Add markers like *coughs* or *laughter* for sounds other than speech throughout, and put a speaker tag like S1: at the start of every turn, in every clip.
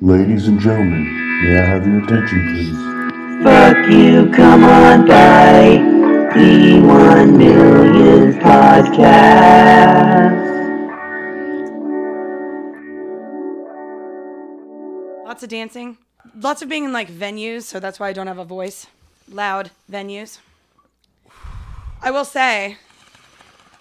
S1: Ladies and gentlemen, may I have your attention, please?
S2: Fuck you, come on by the One Million Podcast.
S3: Lots of dancing. Lots of being in like venues, so that's why I don't have a voice. Loud venues. I will say,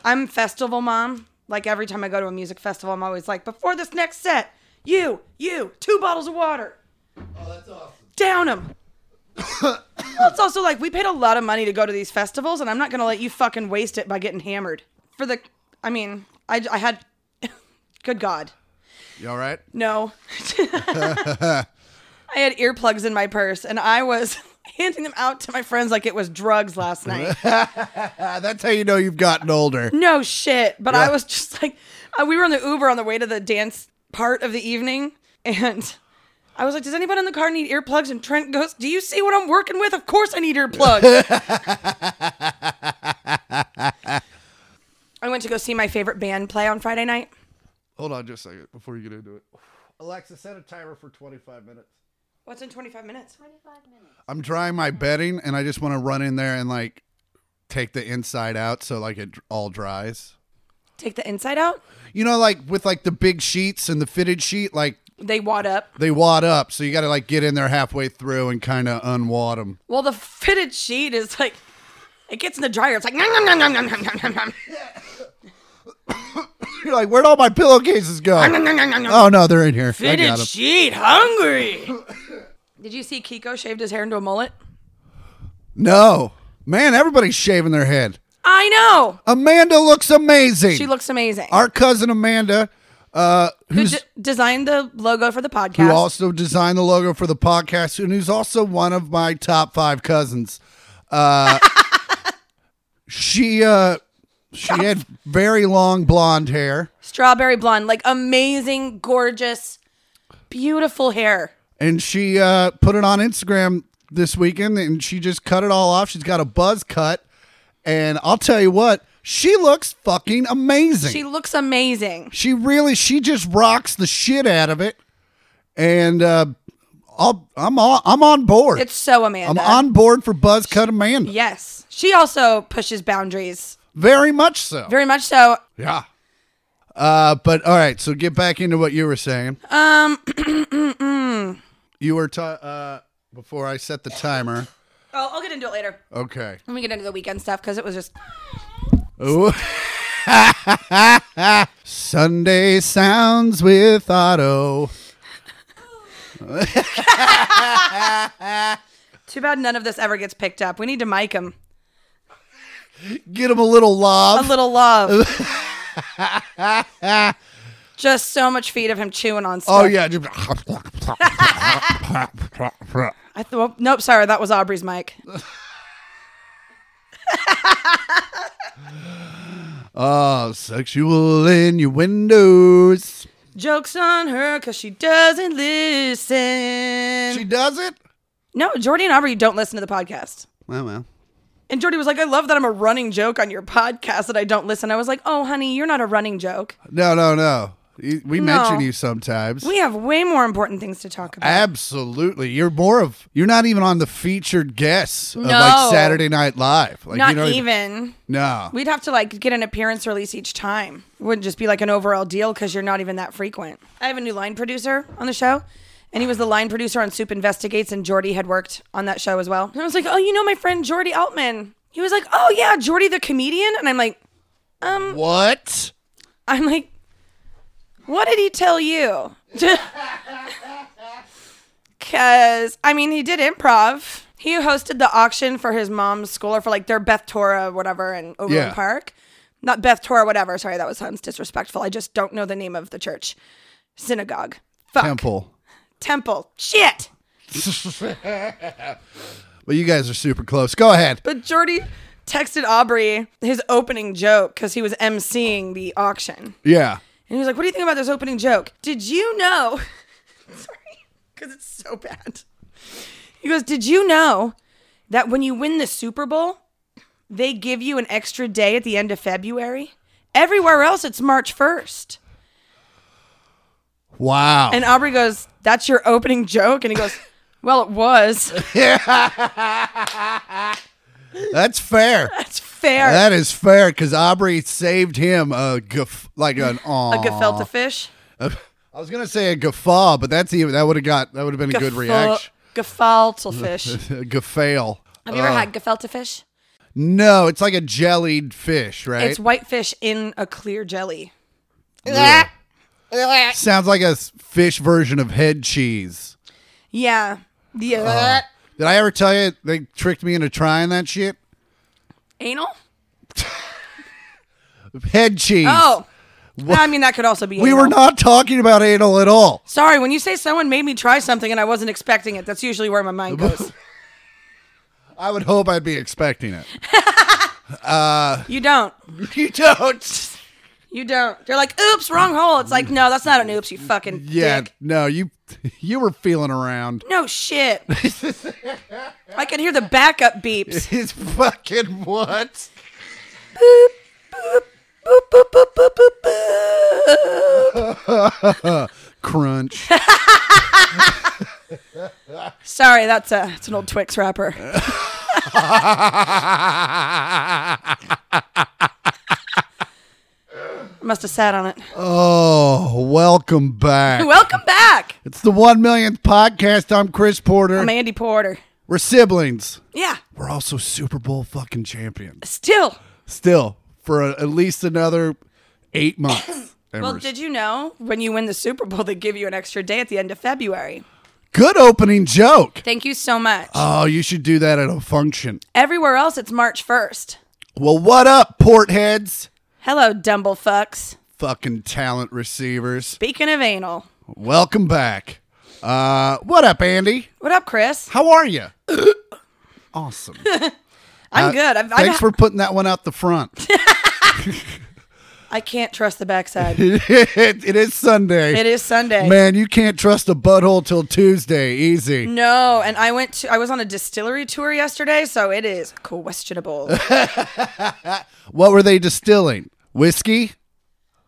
S3: I'm festival mom. Like every time I go to a music festival, I'm always like, before this next set, you, you, two bottles of water. Oh, that's awesome. Down them. *coughs* well, it's also like we paid a lot of money to go to these festivals, and I'm not gonna let you fucking waste it by getting hammered. For the, I mean, I, I had, *laughs* good God.
S4: You all right?
S3: No. I had earplugs in my purse and I was *laughs* handing them out to my friends like it was drugs last night.
S4: Uh, that's how you know you've gotten older.
S3: no shit. But I
S4: Yeah.
S3: was just like, uh, we were in the Uber on the way to the dance part of the evening and. I was like, does anybody in the car need earplugs? And Trent goes, Do you see what I'm working with? Of course I need earplugs. I went to go see my favorite band play on Friday night.
S4: Hold on just a second before you get into it. Alexa, set a timer for 25 minutes.
S3: What's in 25 minutes?
S4: I'm trying my bedding and I just want to run in there and like take the inside out so like it all dries.
S3: Take the inside out.
S4: You know, like with like the big sheets and the fitted sheet, like
S3: They wad up.
S4: they wad up. So you got to like get in there halfway through and kind of unwad them.
S3: Well, the fitted sheet is like, it gets in the dryer. It's like, nom, nom, nom, nom, nom, nom, nom, nom, nom,
S4: You're like, where'd all my pillowcases go?
S3: nom, nom, nom, nom, nom.
S4: Oh, no, they're in here. I got
S3: Fitted
S4: 'em.
S3: sheet, hungry. Did you see Kiko shaved his hair into a mullet?
S4: No. Man, everybody's shaving their head.
S3: I know.
S4: Amanda looks amazing.
S3: She looks amazing.
S4: our cousin Amanda, uh,
S3: Who
S4: who's
S3: d- designed the logo for the podcast?
S4: who also designed the logo for the podcast, and who's also one of my top five cousins. Uh, *laughs* she uh, she had very long blonde hair,
S3: Strawberry blonde, like amazing, gorgeous, beautiful hair.
S4: and she uh, put it on Instagram this weekend, and she just cut it all off. She's got a buzz cut, and I'll tell you what, she looks fucking amazing.
S3: She looks amazing.
S4: She really, she just rocks the shit out of it, and uh, I'll, I'm on, I'm on board.
S3: It's so Amanda.
S4: I'm on board for Buzz Cut Amanda.
S3: Yes, she also pushes boundaries
S4: Very much so.
S3: very much. So
S4: yeah. Uh, but all right, so get back into what you were saying.
S3: Uh,
S4: Um, you were ta- uh before I set the timer.
S3: *clears throat* oh, I'll get into it later.
S4: Okay.
S3: Let me get into the weekend stuff because it was just
S4: Ooh. Sunday sounds with Otto.
S3: Too bad none of this ever gets picked up. We need to mic him.
S4: Get him a little
S3: A
S4: lob.
S3: little
S4: *laughs*
S3: love. Just so much feed of him chewing on stuff.
S4: oh yeah.
S3: *laughs*
S4: just-
S3: I th- well, nope, sorry, that was Aubrey's
S4: *laughs*
S3: mic.
S4: *laughs* oh, sexual innuendos.
S3: Jokes on her because she doesn't listen.
S4: She does it.
S3: no, Jordy and Aubrey don't listen to the podcast.
S4: Well, well.
S3: And Jordy was like, I love that I'm a running joke on your podcast that I don't listen. I was like, oh, honey, you're not a running joke.
S4: No, no, no. You- We
S3: No.
S4: mention you sometimes.
S3: We have way more important things to talk about.
S4: Absolutely. You're more of you're not even on the featured guests of
S3: No.
S4: like Saturday Night Live. Like
S3: not
S4: you know,
S3: even.
S4: No.
S3: We'd have to like get an appearance release each time. It wouldn't just be like an overall deal because you're not even that frequent. I have a new line producer on the show, and he was the line producer on Soup Investigates, and Jordy had worked on that show as well. And I was like, oh, you know my friend Jordy Altman. He was like, oh yeah, Jordy the comedian, and I'm like,
S4: what?
S3: I'm like, what did he tell you? Because, I mean, he did improv. He hosted the auction for his mom's school or for like their Beth Torah, whatever, in Overland
S4: Yeah.
S3: Park. Not Beth Torah, whatever. Sorry, that was sounds disrespectful. I just don't know the name of the church. Synagogue. Fuck.
S4: Temple.
S3: Temple. Shit.
S4: Well, you guys are super close. Go ahead.
S3: But Jordy texted Aubrey his opening joke because he was emceeing the auction.
S4: Yeah.
S3: And he was like, What do you think about this opening joke? Did you know? *laughs* Sorry, because it's so bad. He goes, Did you know that when you win the Super Bowl, they give you an extra day at the end of February? Everywhere else, it's March 1st.
S4: Wow.
S3: And Aubrey goes, That's your opening joke? And he goes, *laughs* Well, it was. *laughs*
S4: That's fair.
S3: That's fair.
S4: That is fair because Aubrey saved him a guf- like an aw.
S3: *laughs* a gefilte fish.
S4: I was gonna say a guffaw, but that's even that would have got that would have been a good
S3: Gefa-
S4: reaction. *laughs*
S3: Gefilte fish.
S4: A Guffail.
S3: Have you ever had gefilte fish?
S4: No, it's like a jellied fish, right?
S3: It's white fish in a clear jelly.
S4: Sounds like a s- fish version of head cheese.
S3: Yeah. Yeah.
S4: Did I ever tell you they tricked me into trying that shit?
S3: Anal?
S4: Head cheese.
S3: Oh. I mean, that could also be.
S4: we
S3: anal.
S4: were not talking about anal at all.
S3: Sorry, when you say someone made me try something and I wasn't expecting it, that's usually where
S4: *laughs*
S3: my mind goes.
S4: I would hope I'd be expecting it.
S3: *laughs* you don't.
S4: you don't.
S3: You don't. They're like, oops, wrong hole. It's like, no, that's not an oops, you fucking.
S4: *laughs* Yeah,
S3: dick."
S4: no, you *laughs* you were feeling around. *laughs*
S3: No shit. I can hear the backup beeps.
S4: It's fucking what?
S3: Boop, boop, boop, boop, boop, boop.
S4: *laughs* Crunch.
S3: Sorry, that's a it's an old Twix wrapper. Must have sat
S4: *laughs*
S3: on it.
S4: oh, welcome back.
S3: *laughs* Welcome back.
S4: It's the one millionth podcast. I'm Chris Porter.
S3: I'm Andy Porter.
S4: We're siblings.
S3: Yeah.
S4: We're also Super Bowl fucking champions.
S3: Still.
S4: Still, for a, at least another eight months.
S3: *coughs*
S4: And
S3: Well,
S4: we're-
S3: did you know when you win the Super Bowl, they give you an extra day at the end of February?
S4: Good opening joke.
S3: Thank you so much.
S4: Oh, you should do that at a function.
S3: Everywhere else, it's March 1st.
S4: Well, what up, port heads?
S3: Hello, Dumble Fucks.
S4: Fucking talent receivers.
S3: Speaking of anal.
S4: Welcome back. Uh, what up, Andy?
S3: What up, Chris?
S4: How are
S3: *coughs*
S4: you? awesome.
S3: I'm good. I've,
S4: Uh, Thanks
S3: I've,
S4: for putting that one out the
S3: *laughs*
S4: front. *laughs*
S3: I can't trust the backside.
S4: *laughs* it, it is Sunday.
S3: it is Sunday.
S4: Man, you can't trust a butthole till Tuesday. Easy.
S3: No, and I went to, I was on a distillery tour yesterday, so it is
S4: *laughs*
S3: questionable.
S4: What were they distilling? Whiskey?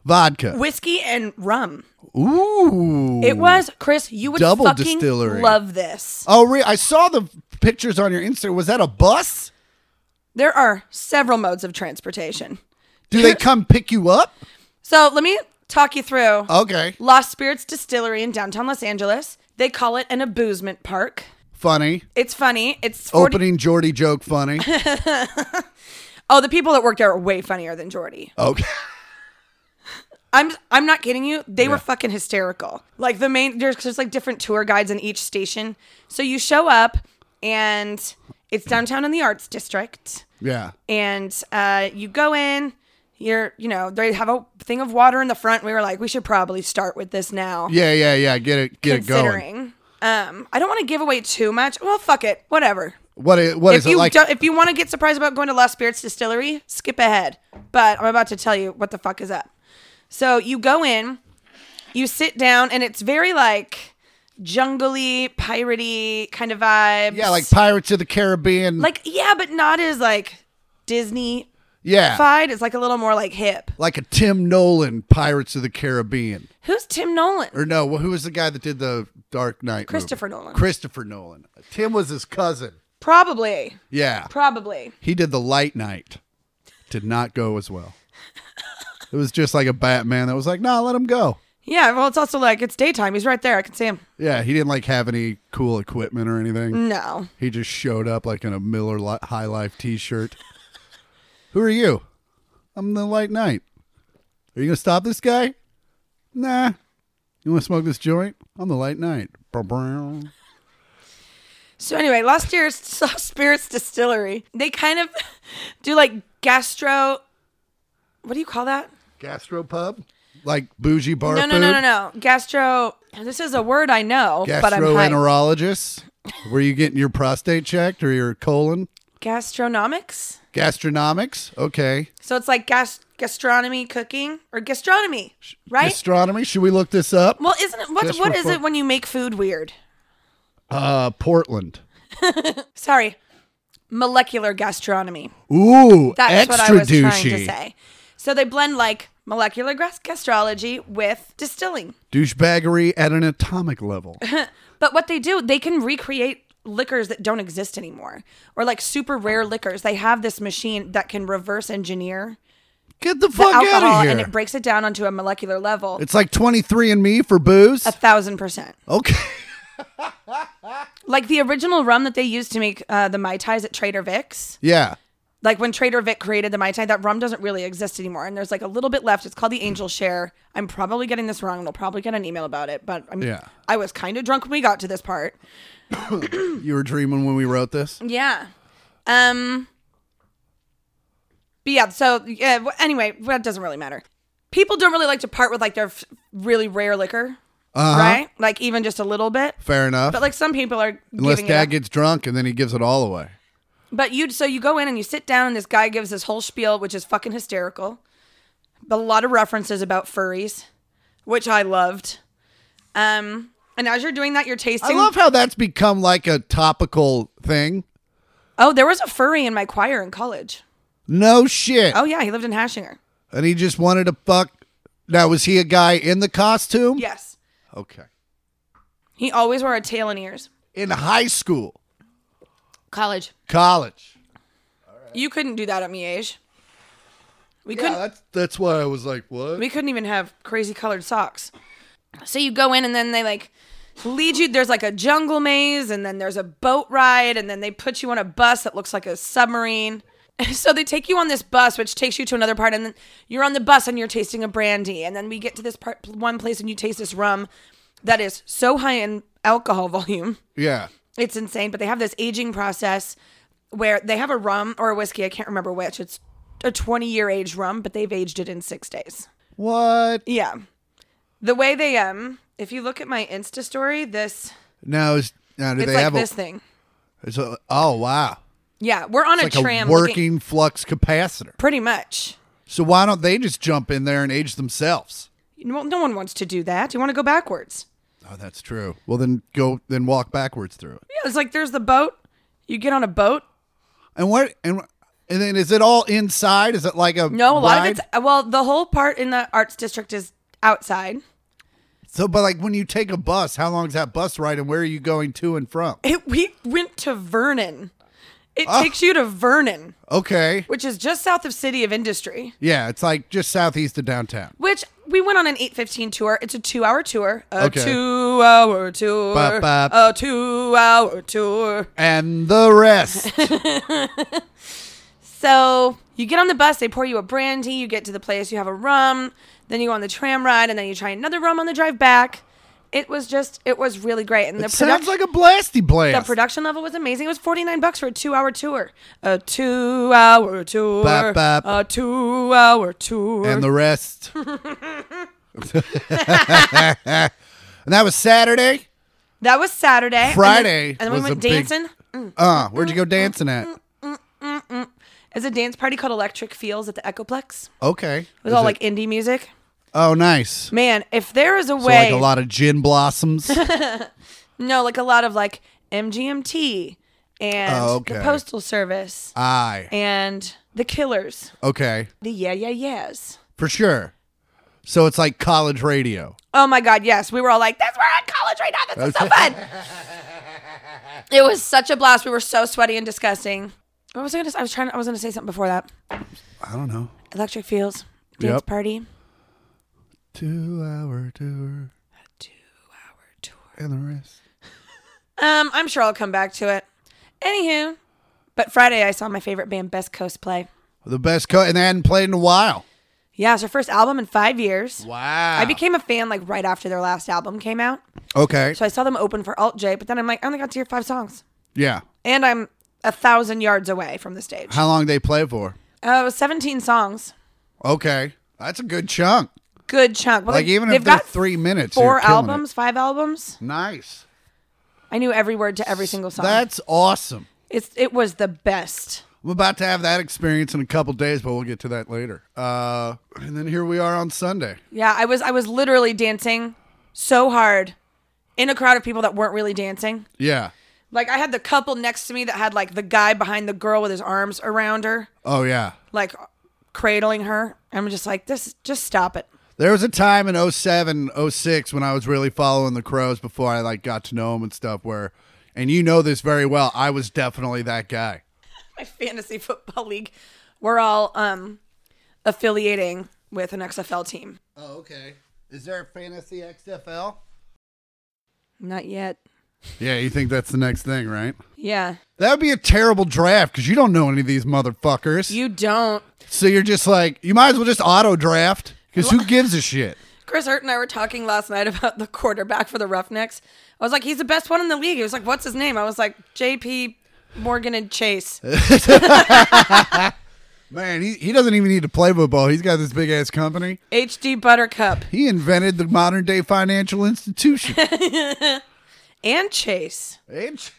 S4: Vodka.
S3: Whiskey and rum.
S4: Ooh.
S3: It was, Chris, you would
S4: Double
S3: fucking
S4: distillery.
S3: love this.
S4: Oh, re- I saw the pictures on your Instagram. Was that a bus?
S3: There are several modes of transportation.
S4: Do
S3: *laughs*
S4: they come pick you up?
S3: So let me talk you through
S4: Okay.
S3: Lost Spirits Distillery in downtown Los Angeles. They call it an abusement park.
S4: Funny.
S3: It's funny. It's 40-
S4: Opening Geordie joke
S3: *laughs*
S4: funny.
S3: Oh, the people that worked there are way funnier than Jordy.
S4: Okay.
S3: I'm I'm not kidding you. They were
S4: Yeah.
S3: fucking hysterical. Like the main there's there's like different tour guides in each station. So you show up and it's downtown in the arts district
S4: Yeah.
S3: and uh, you go in you're you know they have a thing of water in the front we were like we should probably start with this now
S4: Yeah, yeah, yeah. Get it get it going.
S3: considering um i don't want to give away too much well fuck it whatever
S4: What is, what
S3: if
S4: is it
S3: you
S4: like?
S3: don't, if you want to get surprised about going to Lost Spirits Distillery, skip ahead. But I'm about to tell you what the fuck is up. So you go in, you sit down, and it's very like jungly, piratey kind of vibe.
S4: Yeah, like Pirates of the Caribbean.
S3: like yeah, but not as like Disney
S4: yeah.
S3: fied. It's like a little more like hip.
S4: like a Tim Nolan Pirates of the Caribbean.
S3: Who's Tim Nolan?
S4: Or no, who was the guy that did the Dark Knight? movie?
S3: Christopher Nolan.
S4: Christopher Nolan. Tim was his cousin.
S3: Probably,
S4: Yeah.
S3: probably.
S4: He did the Light Knight. Did not go as well. It was just like a Batman that was like, nah, let him go.
S3: Yeah. Well, it's also like it's daytime. He's right there. I can see him.
S4: Yeah, he didn't like have any cool equipment or anything.
S3: No.
S4: He just showed up like in a Miller Li- High Life T-shirt. *laughs* Who are you? I'm the Light Knight. Are you gonna stop this guy? Nah. You want to smoke this joint? I'm the Light Knight. Brow, brow.
S3: So anyway, Lost *laughs* Spirits, Lost Spirits Distillery. They kind of do like gastro. What do you call that?
S4: Gastropub, like bougie bar
S3: No,
S4: food.
S3: no, no, no, no. Gastro. This is a word I know, but I'm hyped.
S4: Gastroenterologist. Were you getting your prostate checked or your colon?
S3: Gastronomics.
S4: Gastronomics. Okay.
S3: So it's like gas gastronomy cooking or gastronomy, right?
S4: Gastronomy. Should we look this up?
S3: well, isn't it what?
S4: Gastro-
S3: What is it when you make food weird?
S4: Uh, Portland.
S3: Sorry, molecular gastronomy.
S4: Ooh,
S3: That's
S4: extra
S3: what I was
S4: douchey.
S3: trying to say. So they blend like molecular gas- gastrology with distilling.
S4: Douchebaggery at an atomic level.
S3: *laughs* But what they do, they can recreate liquors that don't exist anymore or like super rare liquors. They have this machine that can reverse engineer
S4: Get the
S3: the
S4: fuck out
S3: alcohol
S4: of here.
S3: and it breaks it down onto a molecular level.
S4: it's like 23 and me for booze.
S3: a thousand percent.
S4: Okay. *laughs*
S3: Like the original rum that they used to make uh, the Mai Tais at Trader Vic's.
S4: Yeah.
S3: like when Trader Vic created the Mai Tai, that rum doesn't really exist anymore. And there's like a little bit left. It's called the Angel Share. I'm probably getting this wrong and I'll probably get an email about it. But I'm,
S4: Yeah.
S3: I was kind of drunk when we got to this part.
S4: You were dreaming when we wrote this.
S3: Yeah. Um. But yeah, so yeah, wh- anyway, that doesn't really matter. People don't really like to part with like their f- really rare liquor,
S4: Uh-huh.
S3: right? Like even just a little bit.
S4: Fair enough.
S3: But like some people are
S4: Unless
S3: giving it
S4: dad
S3: up.
S4: gets drunk and then he gives it all away.
S3: But you so you go in and you sit down and this guy gives this whole spiel which is fucking hysterical. A lot of references about furries, which I loved. Um and as you're doing that you're
S4: I
S3: tasting
S4: love how that's become like a topical thing.
S3: Oh, there was a furry in my choir in college.
S4: No shit.
S3: Oh yeah, he lived in Hashinger.
S4: And he just wanted to fuck. Now, was he a guy in the costume?
S3: Yes.
S4: Okay.
S3: He always wore a tail and ears.
S4: In high school,
S3: College.
S4: college.
S3: You couldn't do that at me age. We
S4: Yeah,
S3: couldn't
S4: that's that's why I was like, what?
S3: We couldn't even have crazy colored socks. So you go in and then they like lead you. There's like a jungle maze and then there's a boat ride and then they put you on a bus that looks like a submarine. *laughs* So they take you on this bus, which takes you to another part, and then you're on the bus and you're tasting a brandy, and then we get to this part, one place, and you taste this rum that is so high in alcohol *laughs* volume,
S4: yeah.
S3: it's insane. But they have this aging process where they have a rum or a whiskey, I can't remember which. It's a 20 year aged rum, but they've aged it in six days.
S4: What?
S3: Yeah. The way they um if you look at my Insta story, this
S4: Now is now do
S3: it's
S4: they
S3: like
S4: have
S3: this
S4: a,
S3: thing.
S4: it's a? Oh wow,
S3: Yeah, we're on
S4: like
S3: a tram
S4: a
S3: looking-
S4: working flux capacitor.
S3: pretty much.
S4: So why don't they just jump in there and age themselves?
S3: No, no one wants to do that. You want to go backwards.
S4: Oh, that's true. Well, then go then walk backwards through it.
S3: Yeah, it's like there's the boat. You get on a boat.
S4: And what and and then is it all inside? Is it like a
S3: No, a lot
S4: ride?
S3: of it's well, the whole part in the arts district is outside.
S4: So, but like when you take a bus, how long is that bus ride, and where are you going to and
S3: *laughs*
S4: from?
S3: It, we went to Vernon. It
S4: Ah.
S3: takes you to Vernon,
S4: Okay,
S3: which is just south of City of Industry.
S4: yeah, it's like just southeast of downtown.
S3: Which we went on an eight fifteen tour. It's a two hour tour. A
S4: Okay.
S3: two hour tour.
S4: Bop, bop.
S3: A two hour tour.
S4: And the
S3: *laughs*
S4: rest,
S3: So you get on the bus, they pour you a brandy, you get to the place, you have a rum, then you go on the tram ride, and then you try another rum on the drive back. It was just it was really great. And the
S4: sounds
S3: production
S4: like a blasty
S3: the
S4: blast.
S3: production level was amazing. It was forty nine bucks for a two hour tour. A two hour tour.
S4: Bop, bop.
S3: A two hour tour.
S4: and the
S3: *laughs*
S4: rest. *laughs* and that was Saturday.
S3: that was Saturday. And then-
S4: Friday
S3: And then, we
S4: was a
S3: went
S4: big-
S3: dancing.
S4: Uh, where's where'd you go dancing at?
S3: It's a dance party called Electric Feels at the Echoplex. It
S4: Okay,
S3: was
S4: Is
S3: all
S4: it-
S3: like indie music.
S4: oh nice.
S3: Man, if there is a
S4: So
S3: way,
S4: like a lot of gin
S3: *laughs*
S4: blossoms.
S3: no, like a lot of like MGMT and
S4: Oh, okay.
S3: the Postal Service
S4: Aye.
S3: and the Killers,
S4: Okay,
S3: the Yeah Yeah Yeahs.
S4: for sure. So it's like college radio.
S3: Oh my God, yes, we were all like, "That's we're at college right now. This is so fun." it was such a blast. We were so sweaty and disgusting. What was I gonna? Say? I was trying. I was gonna say something before that.
S4: I don't know.
S3: Electric Feels dance
S4: Yep.
S3: party.
S4: Two hour tour
S3: Two-hour tour.
S4: and the rest.
S3: Um, I'm sure I'll come back to it. Anywho, but Friday I saw my favorite band, Best Coast, play.
S4: The best cut, and they hadn't played in a while.
S3: Yeah, it's their first album in five years.
S4: Wow.
S3: I became a fan like right after their last album came out.
S4: okay.
S3: So I saw them open for Alt J, but then I'm like, I only got to hear five songs.
S4: yeah.
S3: And I'm a thousand yards away from the stage.
S4: How long they play for?
S3: Uh, it was 17 songs.
S4: Okay, that's a good chunk.
S3: Good chunk. Well,
S4: Like
S3: they-
S4: even
S3: they've
S4: if they're
S3: got
S4: three minutes, you're
S3: four
S4: killing
S3: albums, five albums.
S4: it. Nice.
S3: I knew every word to every single song.
S4: That's awesome.
S3: it's it was the best.
S4: I'm about to have that experience in a couple days, but we'll get to that later. Uh, and then here we are on Sunday.
S3: Yeah, I was I was literally dancing so hard in a crowd of people that weren't really dancing.
S4: Yeah.
S3: Like I had the couple next to me that had like the guy behind the girl with his arms around her,
S4: Oh yeah.
S3: like cradling her. I'm just like, this, just stop it. *laughs*
S4: There was a time in 07, 06 when I was really following the Crows before I like got to know them and stuff. Where, and you know this very well, I was definitely that guy.
S3: My fantasy football league, we're all um affiliating with an XFL team.
S4: Oh, okay. Is there a fantasy XFL?
S3: Not yet.
S4: Yeah, you think that's the next thing, right?
S3: Yeah.
S4: That would be a terrible draft because you don't know any of these motherfuckers.
S3: You don't.
S4: so you're just like, you might as well just auto draft because who gives a shit?
S3: Chris Hurt and I were talking last night *laughs* about the quarterback for the Roughnecks. I was like, he's the best one in the league. He was like, what's his name? I was like, JP Morgan and Chase.
S4: Man, he, he doesn't even need to play football. He's got this big ass company.
S3: HD Buttercup
S4: He invented the modern day financial institution.
S3: and Chase.
S4: Bitch.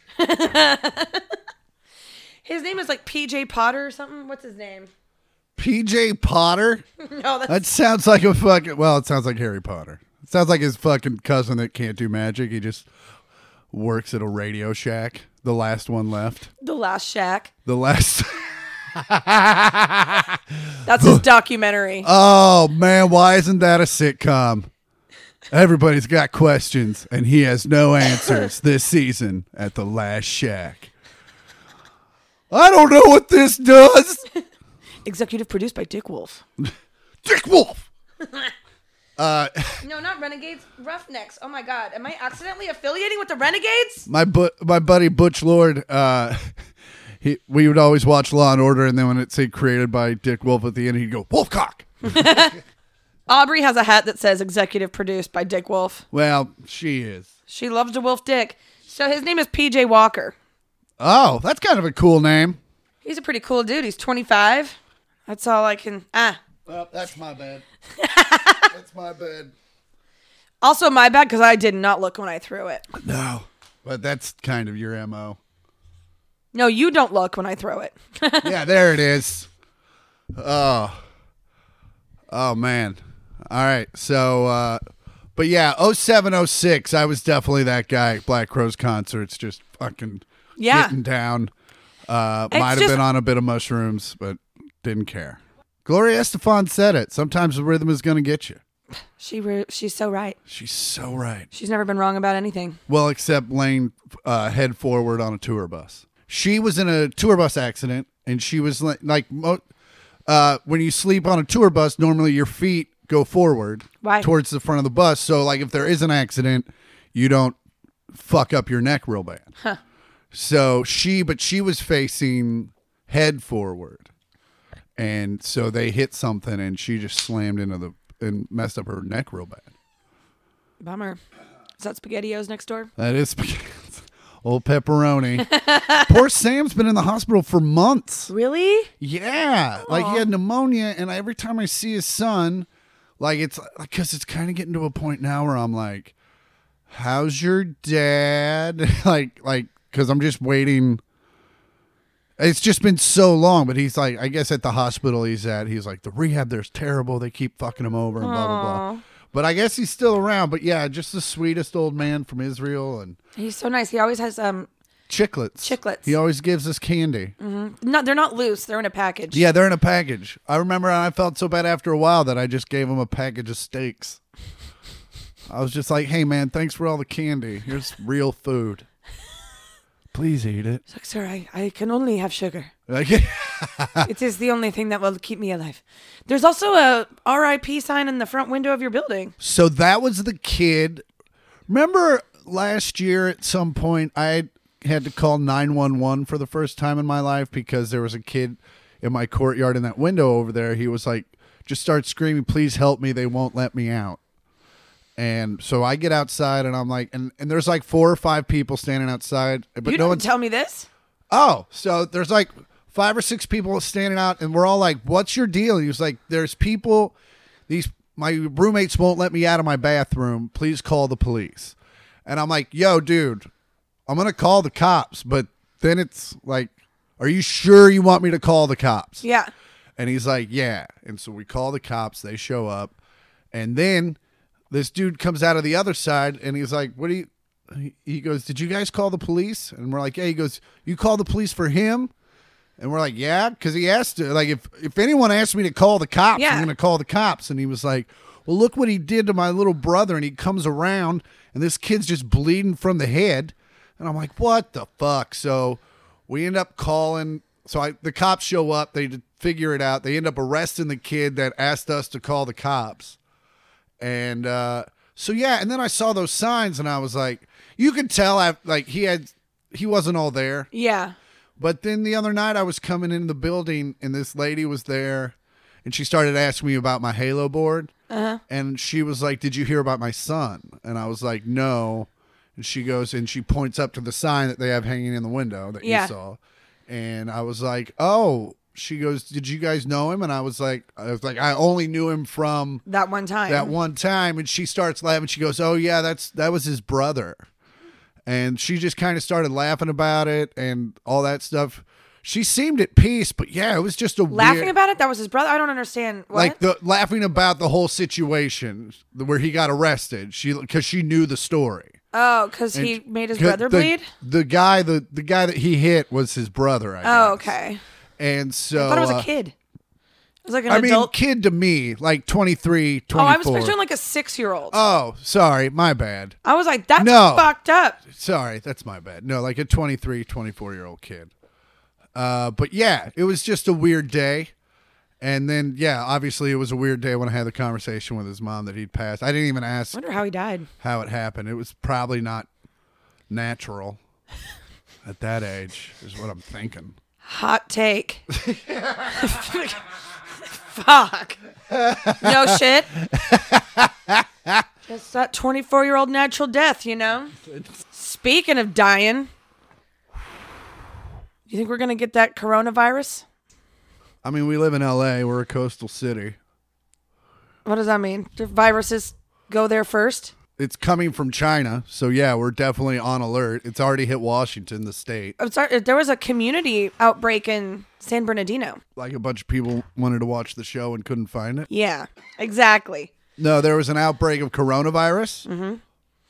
S3: His name is like PJ Potter or something. What's his name? *laughs*
S4: PJ Potter?
S3: No, that's
S4: That sounds like a fucking. Well, it sounds like Harry Potter. It sounds like his fucking cousin that can't do magic. He just works at a Radio Shack. The last one left.
S3: the last shack.
S4: The last. *laughs*
S3: That's his documentary.
S4: Oh man, why isn't that a sitcom? Everybody's got questions, and he has no answers this season at the Last Shack. I don't know what this does.
S3: Executive produced by Dick Wolf.
S4: Dick Wolf.
S3: No, not Renegades. Roughnecks. Oh my God. Am I accidentally affiliating with the Renegades?
S4: my bu- my buddy Butch Lord, uh, *laughs* he we would always watch Law and Order, and then when it said created by Dick Wolf at the end, he'd go Wolfcock.
S3: Aubrey has a hat that says executive produced by Dick Wolf.
S4: Well, she is.
S3: She loves to wolf dick. So his name is PJ Walker.
S4: Oh, that's kind of a cool name.
S3: He's a pretty cool dude. He's 25. That's all I can. Ah.
S4: Well, that's my bad. that's my bad.
S3: Also, my bad because I did not look when I threw it.
S4: No, but that's kind of your mo.
S3: No, you don't look when I throw it. *laughs*
S4: yeah, there it is. Oh, oh man. All right. So, uh, but yeah, 07, 06, I was definitely that guy at Black Crowes concerts, just fucking
S3: Yeah.
S4: getting down. Uh,
S3: It's
S4: might have
S3: just-
S4: been on a bit of mushrooms, but didn't care. Gloria Estefan said it. Sometimes the rhythm is going to get you.
S3: she re- she's so right.
S4: She's so right.
S3: She's never been wrong about anything.
S4: Well, except laying uh, head forward on a tour bus. She was in a tour bus accident, and she was like, like mo- uh, when you sleep on a tour bus, normally your feet go forward
S3: Right.
S4: towards the front of the bus. So, like, if there is an accident, you don't fuck up your neck real bad. So she, but she was facing head forward, and so they hit something, and she just slammed into the and messed up her neck real bad.
S3: Bummer. Is that SpaghettiOs next door?
S4: That is old pepperoni. Poor Sam's been in the hospital for months.
S3: Really?
S4: Yeah, like he had pneumonia, and every time I see his son, like it's because it's kind of getting to a point now where I'm like, "How's your dad?" *laughs* like, like because I'm just waiting. It's just been so long, but he's like, I guess at the hospital he's at, he's like, the rehab there's terrible. They keep fucking him over and blah blah blah. But I guess he's still around. But yeah, just the sweetest old man from Israel and
S3: He's so nice. He always has um.
S4: chiclets.
S3: Chiclets.
S4: He always gives us candy.
S3: No, they're not loose. They're in a package.
S4: Yeah, they're in a package. I remember I felt so bad after a while that I just gave him a package of steaks. I was just like, "Hey, man, thanks for all the candy. Here's real food. Please eat it."
S3: It's like, sir, I, I can only have sugar.
S4: Like, *laughs* Ah.
S3: it is the only thing that will keep me alive. There's also a RIP sign in the front window of your building.
S4: so that was the kid. Remember last year at some point I had to call 911 for the first time in my life because there was a kid in my courtyard in that window over there. He was like just start screaming, "Please help me. They won't let me out." And so I get outside and I'm like and, and there's like four or five people standing outside, but
S3: you
S4: no
S3: don't
S4: one's
S3: tell me this.
S4: oh, so there's like five or six people standing out, and we're all like, "What's your deal?" He was like, "There's people. These my roommates won't let me out of my bathroom. Please call the police." And I'm like, "Yo, dude, I'm gonna call the cops." But then it's like, "Are you sure you want me to call the cops?"
S3: Yeah.
S4: And he's like, Yeah. And so we call the cops, they show up. And then this dude comes out of the other side and he's like, What do you he- he goes, Did you guys call the police? And we're like, Yeah, he goes, You call the police for him? And we're like, yeah, because he asked to. Like, if if anyone asked me to call the cops,
S3: Yeah.
S4: I'm going to call the cops. And he was like, well, look what he did to my little brother. And he comes around, and this kid's just bleeding from the head. And I'm like, what the fuck? So we end up calling. So I the cops show up. They d- figure it out. They end up arresting the kid that asked us to call the cops. And uh, so yeah, and then I saw those signs, and I was like, you could tell, I, like he had, he wasn't all there.
S3: Yeah.
S4: But then the other night I was coming in the building and this lady was there and she started asking me about my Halo board. And she was like, Did you hear about my son? And I was like, No. And she goes and she points up to the sign that they have hanging in the window that
S3: Yeah.
S4: you saw. And I was like, Oh, she goes, Did you guys know him? And I was like, I was like, I only knew him from
S3: That one time.
S4: that one time and she starts laughing she goes oh yeah that's that was his brother and she just kind of started laughing about it and all that stuff she seemed at peace but yeah it was just a
S3: Laughing
S4: weird,
S3: about it? That was his brother? I don't understand. What?
S4: like the laughing about the whole situation where he got arrested she because she knew the story
S3: oh, because
S4: And
S3: he made his
S4: the-
S3: brother
S4: the-
S3: bleed?
S4: the guy the the guy that he hit was his brother I
S3: Oh,
S4: guess.
S3: okay.
S4: and so
S3: I thought it was
S4: uh,
S3: a kid. It was like an
S4: I mean,
S3: adult.
S4: kid to me, like 23, 24.
S3: oh, I was picturing like a six year old.
S4: oh, sorry, my bad.
S3: I was like, that's
S4: No.
S3: fucked up.
S4: sorry that's my bad no like a 23 24 year old kid uh but yeah it was just a weird day and then yeah obviously it was a weird day when i had the conversation with his mom that he'd passed i didn't even ask
S3: I wonder how he died.
S4: how it happened it was probably not natural at that age is what i'm thinking
S3: Hot take. Fuck. No shit. Just that 24 year old natural death, you know? Speaking of dying, you think we're going to get that coronavirus?
S4: i mean we live in la we're a coastal city
S3: What does that mean? Do viruses go there first?
S4: it's coming from china so yeah we're definitely on alert it's already hit washington the state
S3: I'm sorry. uh, There was a community outbreak in San Bernardino.
S4: like a bunch of people wanted to watch the show and couldn't find it
S3: Yeah, exactly.
S4: No, there was an outbreak of coronavirus. Mm-hmm.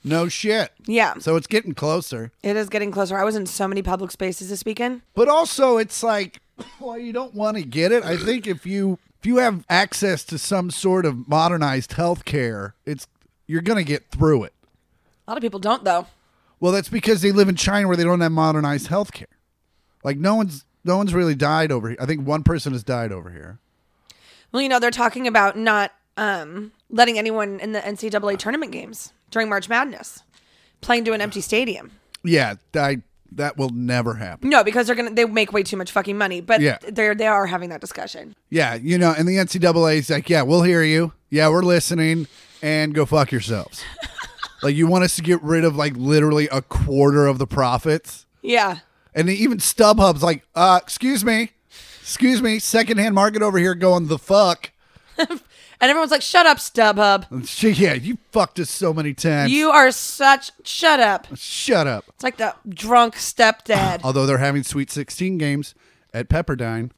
S4: No shit.
S3: Yeah,
S4: So it's getting closer.
S3: it is getting closer. I was in so many public spaces this weekend.
S4: But also, it's like, *coughs* well, you don't want to get it. I think if you if you have access to some sort of modernized healthcare, it's you're gonna get through it.
S3: A lot of people don't, though.
S4: Well, that's because they live in China where they don't have modernized healthcare. Like no one's no one's really died over here. I think one person has died over here.
S3: Well, you know, they're talking about not um, letting anyone in the NCAA tournament games during March Madness, playing to an empty stadium.
S4: Yeah, I, that will never happen.
S3: No, because they're gonna they make way too much fucking money. But
S4: Yeah.
S3: they're they are having that discussion.
S4: Yeah, you know, and the NCAA's like, yeah, we'll hear you. Yeah, we're listening, and go fuck yourselves. like, you want us to get rid of like literally a quarter of the profits,
S3: Yeah,
S4: and even StubHub's like, uh, excuse me, excuse me, secondhand market over here going the fuck. *laughs*
S3: and everyone's like, "Shut up, StubHub.
S4: And she, yeah, you fucked us so many times.
S3: You are such shut up."
S4: shut up.
S3: It's like the drunk
S4: *laughs*
S3: stepdad.
S4: Although they're having Sweet 16 games at Pepperdine,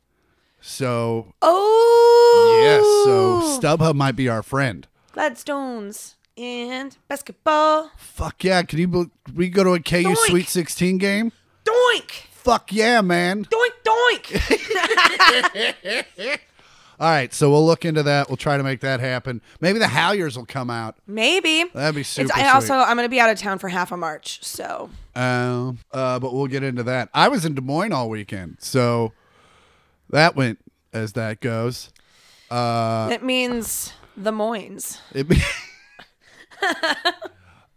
S4: so
S3: Oh,
S4: yeah, so StubHub might be our friend.
S3: Gladstones and basketball.
S4: Fuck yeah! Can you bel we go to a KU
S3: Doink.
S4: Sweet 16 game?
S3: Doink,
S4: Fuck yeah, man.
S3: doink,
S4: *laughs*
S3: doink.
S4: All right, so we'll look into that. We'll try to make that happen. Maybe the Halyards will come out.
S3: Maybe
S4: That'd be super
S3: I
S4: sweet.
S3: also I'm gonna be out of town for half of March, so
S4: Um, uh, but we'll get into that. I was in Des Moines all weekend, so that went as that goes. Uh,
S3: it means the Moines.
S4: It be- *laughs* uh,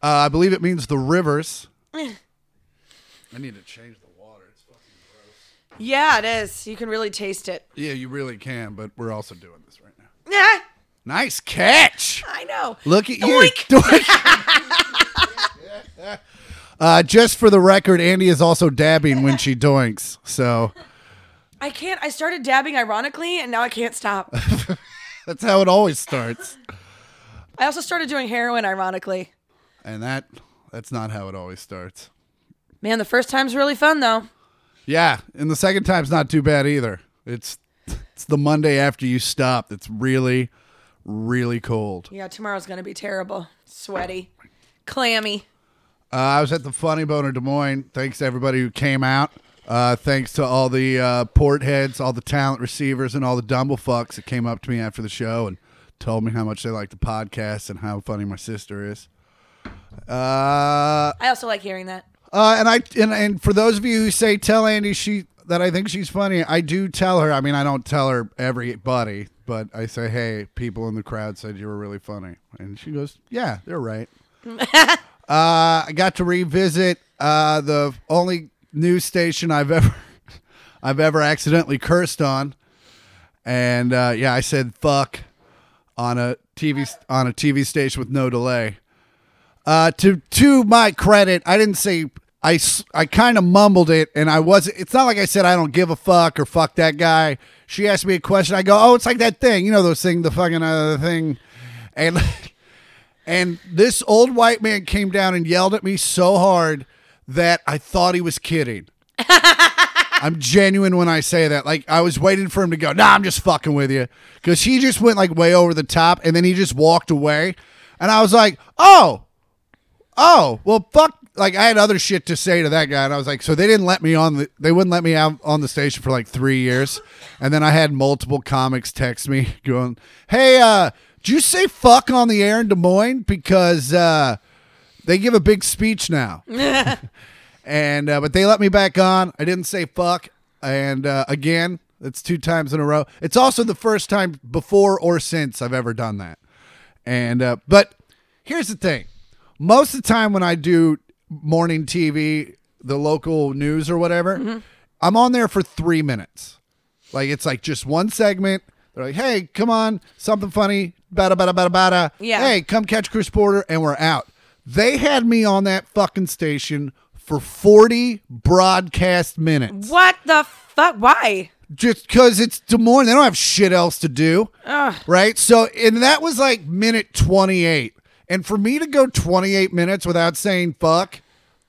S4: I believe it means the rivers. I need to change the water. It's fucking-
S3: Yeah, it is. You can really taste it.
S4: yeah, you really can, but we're also doing this right now.
S3: Yeah,
S4: Nice catch.
S3: I know.
S4: Look at
S3: Doink.
S4: you. Doink. *laughs* uh, just for the record, Andy is also dabbing when she doinks. So
S3: I can't. I started dabbing ironically, and now I can't stop.
S4: *laughs* that's how it always starts.
S3: I also started doing heroin ironically.
S4: And that that's not how it always starts.
S3: Man, the first time's really fun though.
S4: Yeah, and the second time's not too bad either. It's it's the Monday after you stop that's really really cold.
S3: Yeah, tomorrow's gonna be terrible. Sweaty, clammy.
S4: Uh, I was at the Funny Bone in Des Moines. Thanks to everybody who came out. Uh, thanks to all the uh, port heads, all the talent receivers, and all the dumble fucks that came up to me after the show and told me how much they like the podcast and how funny my sister is. Uh,
S3: I also like hearing that.
S4: uh, and I and, and for those of you who say tell Andy she that I think she's funny, I do tell her. I mean, I don't tell her everybody, but I say, hey, people in the crowd said you were really funny, and she goes, yeah, they're right. uh, I got to revisit uh, the only news station I've ever *laughs* I've ever accidentally cursed on, and uh, yeah, I said fuck on a TV on a TV station with no delay. Uh, to to my credit, I didn't say I s- I kind of mumbled it, and I was. It's not like I said I don't give a fuck or fuck that guy. She asked me a question. I go, oh, it's like that thing, you know, those thing, the fucking uh, thing, and *laughs* and this old white man came down and yelled at me so hard that I thought he was kidding. I'm genuine when I say that. Like I was waiting for him to go, "Nah, I'm just fucking with you," because he just went like way over the top, and then he just walked away, and I was like, "Oh, oh, well, fuck." Like I had other shit to say to that guy, and I was like, "So they didn't let me on the, they wouldn't let me out on the station for like three years," and then I had multiple comics text me *laughs* going, "Hey, uh, did you say fuck on the air in Des Moines because uh, they give a big speech now?" and uh, but they let me back on. I didn't say fuck, and uh, again, it's two times in a row. It's also the first time before or since I've ever done that. And uh, but here's the thing: most of the time when I do morning TV, the local news or whatever, I'm on there for three minutes. Like it's like just one segment. They're like, "Hey, come on, something funny, bada bada bada bada."
S3: Yeah.
S4: Hey, come catch Chris Porter, and we're out. They had me on that fucking station for forty broadcast minutes,
S3: What the fuck? Why?
S4: just because it's Des Moines. They don't have shit else to do,
S3: Ugh.
S4: right? So, and that was like minute twenty-eight, and for me to go twenty-eight minutes without saying fuck,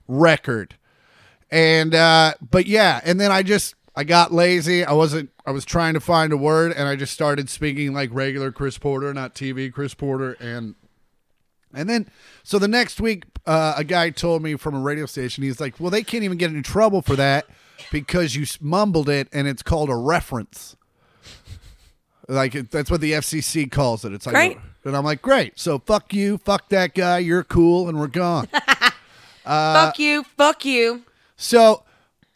S4: record. And uh, but yeah, and then I just I got lazy. I wasn't. I was trying to find a word, and I just started speaking like regular Chris Porter, not TV Chris Porter, and and then, so the next week, uh, a guy told me from a radio station, he's like, well, they can't even get in trouble for that because you s- mumbled it and it's called a reference. Like, it, that's what the FCC calls it. It's like,
S3: Great.
S4: and I'm like, great. So fuck you, fuck that guy, you're cool, and we're gone. Uh,
S3: fuck you. Fuck you.
S4: So,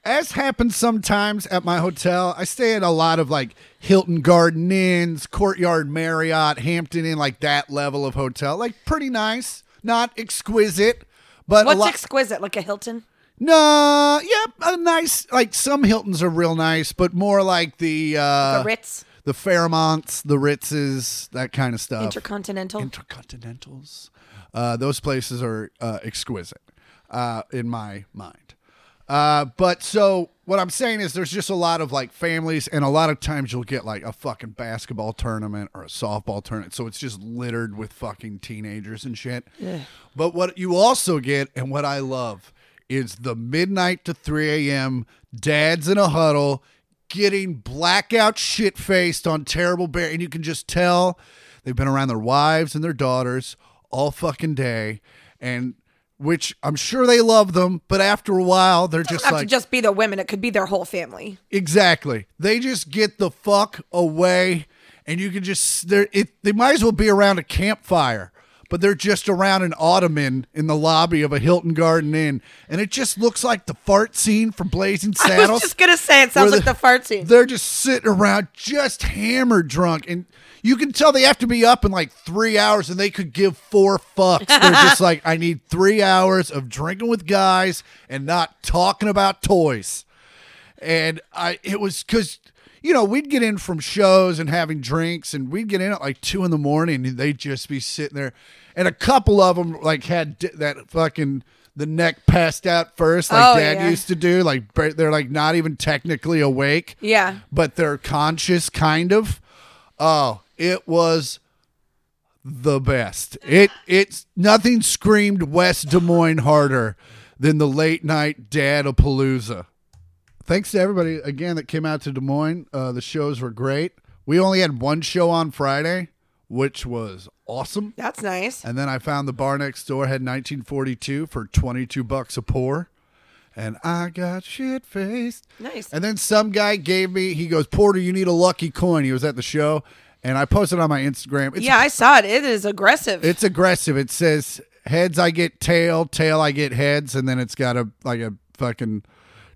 S4: as happens sometimes at my hotel, I stay at a lot of like Hilton Garden Inns, Courtyard Marriott, Hampton Inn, like that level of hotel. Like pretty nice, not exquisite, but a
S3: What's
S4: lot.
S3: exquisite? Like a Hilton?
S4: no, yeah, a nice. Like some Hiltons are real nice, but more like the uh,
S3: the Ritz?
S4: the Fairmonts, the Ritzes, that kind of stuff.
S3: Intercontinental?
S4: Intercontinentals. Uh, those places are uh, exquisite uh, in my mind. Uh, but so what I'm saying is there's just a lot of like families, and a lot of times you'll get like a fucking basketball tournament or a softball tournament. So it's just littered with fucking teenagers and shit. But what you also get, and what I love, is the midnight to 3 a.m. dads in a huddle getting blackout shit faced on terrible bear and you can just tell they've been around their wives and their daughters all fucking day and which I'm sure they love them, but after a while they're just
S3: Not
S4: like
S3: to just be the women. It could be their whole family.
S4: Exactly. They just get the fuck away, and you can just they it. They might as well be around a campfire, but they're just around an ottoman in the lobby of a Hilton Garden Inn, and it just looks like the fart scene from Blazing
S3: I
S4: Saddles.
S3: was just gonna say it sounds
S4: Where
S3: like the fart scene.
S4: They're just sitting around, just hammered drunk, and you can tell they have to be up in like three hours, and they could give four fucks. They're just
S3: *laughs*
S4: like, I need three hours of drinking with guys and not talking about toys. And I, it was because you know we'd get in from shows and having drinks, and we'd get in at like two in the morning, and they'd just be sitting there, and a couple of them like had d- that fucking. The neck passed out first, like
S3: Oh,
S4: Dad
S3: yeah.
S4: used to do. Like bra- they're like not even technically awake
S3: yeah.
S4: but they're conscious kind of oh it was the best it it's nothing screamed west des moines harder than the late night dad of palooza thanks to everybody again that came out to des moines uh, the shows were great we only had one show on friday which was awesome
S3: That's nice.
S4: and then I found the bar next door had 1942 for 22 bucks a pour. and I got shit faced.
S3: Nice.
S4: And then some guy gave me, he goes, Porter, you need a lucky coin. He was at the show, and I posted on my Instagram. It's,
S3: yeah, I saw it. It is aggressive.
S4: it's aggressive. It says heads I get tail, tail I get heads, and then it's got a like a fucking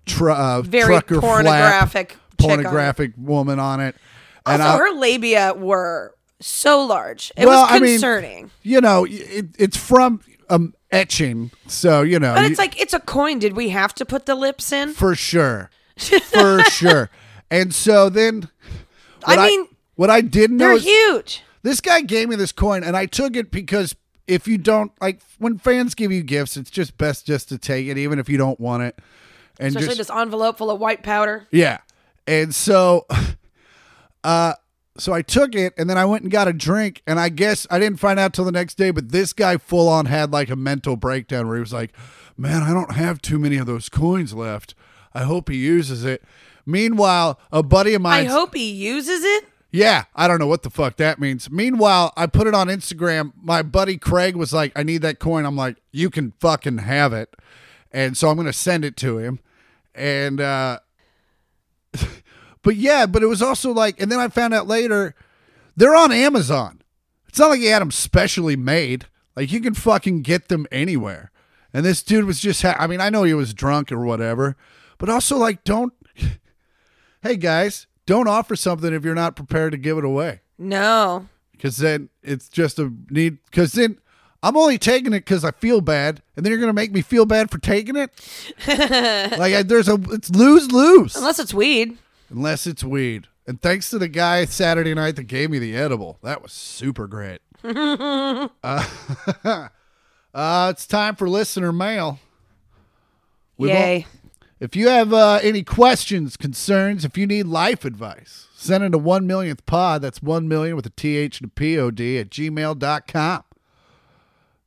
S4: tru uh,
S3: Very
S4: trucker flap,
S3: pornographic chick on it.
S4: pornographic woman on it.
S3: also,
S4: I-
S3: her labia were so large. It
S4: Well, I
S3: was
S4: mean,
S3: concerning.
S4: you know, it, it's from um, etching, so you know,
S3: but
S4: you-
S3: it's like it's a coin. Did we have to put the lips in?
S4: for sure,
S3: *laughs*
S4: for sure. And so then, what
S3: I mean,
S4: what I didn't know
S3: They're
S4: is
S3: huge.
S4: this guy gave me this coin, and I took it because if you don't like when fans give you gifts, it's just best just to take it, even if you don't want it. And
S3: Especially
S4: just,
S3: this envelope full of white powder.
S4: Yeah. And so *laughs* uh so I took it and then I went and got a drink and I guess I didn't find out till the next day but this guy full on had like a mental breakdown where he was like, "Man, I don't have too many of those coins left. I hope he uses it." Meanwhile, a buddy of
S3: I
S4: mine
S3: hope he uses it.
S4: yeah, I don't know what the fuck that means. Meanwhile, I put it on Instagram. My buddy Craig was like, I need that coin. I'm like, you can fucking have it. And so I'm going to send it to him. And, uh, *laughs* but yeah, but it was also like, and then I found out later they're on Amazon. It's not like he had them specially made. Like you can fucking get them anywhere. And this dude was just, ha- I mean, I know he was drunk or whatever, but also like, don't, hey guys, don't offer something if you're not prepared to give it away.
S3: No.
S4: Cause then it's just a need. Cause then I'm only taking it because I feel bad, and then you're gonna make me feel bad for taking it. like I, there's a it's lose lose
S3: Unless it's weed.
S4: unless it's weed. And thanks to the guy Saturday night that gave me the edible, that was super great. Uh, *laughs* uh, it's time for listener mail. We've al-
S3: Yay.
S4: if you have uh, any questions, concerns, if you need life advice, send it to 1 millionth pod. That's 1 million with a TH and a POD at gmail.com.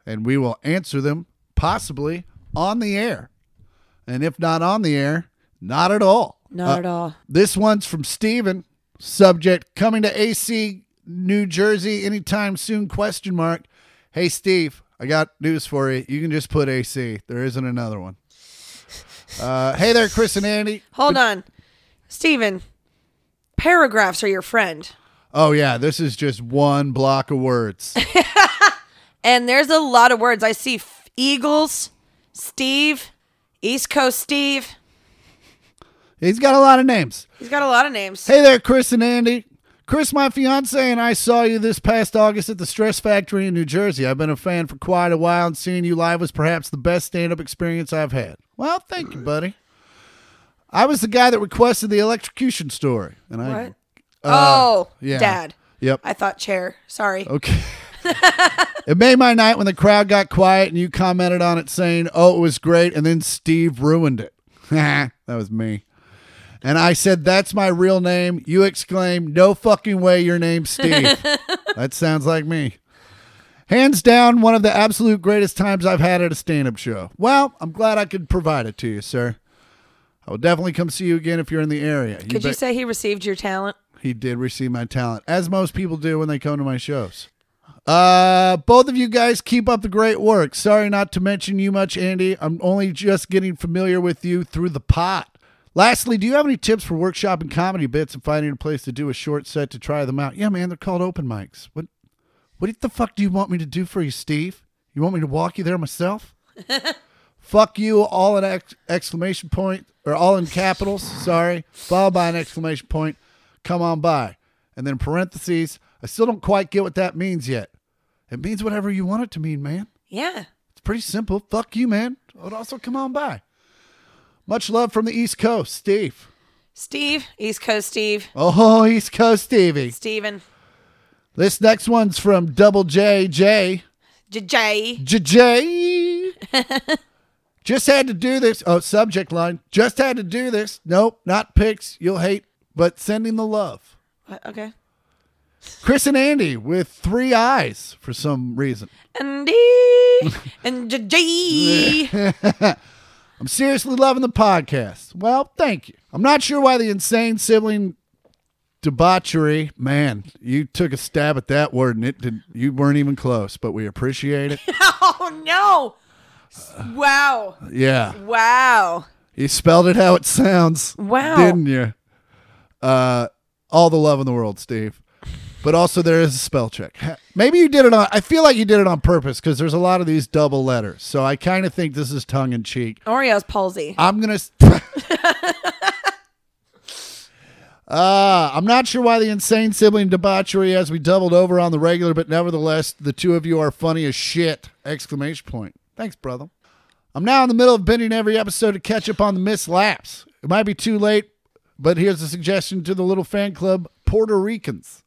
S4: And we will answer them possibly on the air. And if not on the air, not at all.
S3: Not
S4: Uh,
S3: at all.
S4: This one's from Steven. Subject coming to AC New Jersey anytime soon question mark. Hey Steve, I got news for you. You can just put AC. There isn't another one. Uh, hey there, Chris and Andy.
S3: Hold on. Steven, paragraphs are your friend.
S4: Oh yeah, this is just one block of words.
S3: And there's a lot of words. I see f- Eagles, Steve, East Coast Steve.
S4: He's got a lot of names.
S3: He's got a lot of names.
S4: Hey there, Chris and Andy. Chris, my fiance, and I saw you this past August at the Stress Factory in New Jersey. I've been a fan for quite a while, and seeing you live was perhaps the best stand up experience I've had. Well, thank you, buddy. I was the guy that requested the electrocution story. And I,
S3: What? oh,
S4: uh, yeah. Oh,
S3: dad.
S4: Yep.
S3: I thought chair. Sorry.
S4: Okay. *laughs* it made my night when the crowd got quiet and you commented on it saying, Oh, it was great. And then Steve ruined it. *laughs* that was me. And I said, That's my real name. You exclaimed, No fucking way, your name's Steve.
S3: *laughs*
S4: that sounds like me. Hands down, one of the absolute greatest times I've had at a stand up show. Well, I'm glad I could provide it to you, sir. I will definitely come see you again if you're in the area.
S3: Could you
S4: bet-
S3: say he received your talent?
S4: he did receive my talent, as most people do when they come to my shows. Uh, both of you guys keep up the great work. Sorry not to mention you much, Andy. I'm only just getting familiar with you through the pot. Lastly, do you have any tips for workshop and comedy bits and finding a place to do a short set to try them out? Yeah, man, they're called open mics. What, what the fuck do you want me to do for you, Steve? You want me to walk you there myself? fuck you all in ex- exclamation point or all in capitals sorry followed by an exclamation point come on by and then parentheses i still don't quite get what that means yet it means whatever you want it to mean man
S3: Yeah.
S4: it's pretty simple fuck you man but also come on by much love from the east coast steve
S3: Steve, East Coast Steve,
S4: oh *laughs* east coast stevie
S3: Steven,
S4: this next one's from double j j
S3: JJ.
S4: JJ. just had to do this. Oh, subject line. Just had to do this. Nope, not pics. You'll hate, but sending the love.
S3: What? Okay.
S4: Chris and Andy with three eyes for some reason.
S3: And D
S4: *laughs*
S3: and *laughs* JJ.
S4: I'm seriously loving the podcast. Well, thank you. I'm not sure why the insane sibling debauchery. Man, you took a stab at that word and it did you weren't even close, but we appreciate it.
S3: oh no. Wow.
S4: *laughs* Yeah.
S3: Wow.
S4: You spelled it how it sounds.
S3: Wow.
S4: Didn't you? Uh, all the love in the world, Steve. But also, there is a spell check. Ha- Maybe you did it on. I feel like you did it on purpose because there's a lot of these double letters. So I kind of think this is tongue in cheek.
S3: Oreo's palsy.
S4: I'm gonna. s- *laughs* Uh, I'm not sure why the insane sibling debauchery as we doubled over on the regular, but nevertheless, the two of you are funny as shit! Exclamation point. Thanks, brother. I'm now in the middle of binging every episode to catch up on the missed laps. It might be too late, but here's a suggestion to the little fan club, Puerto Ricans.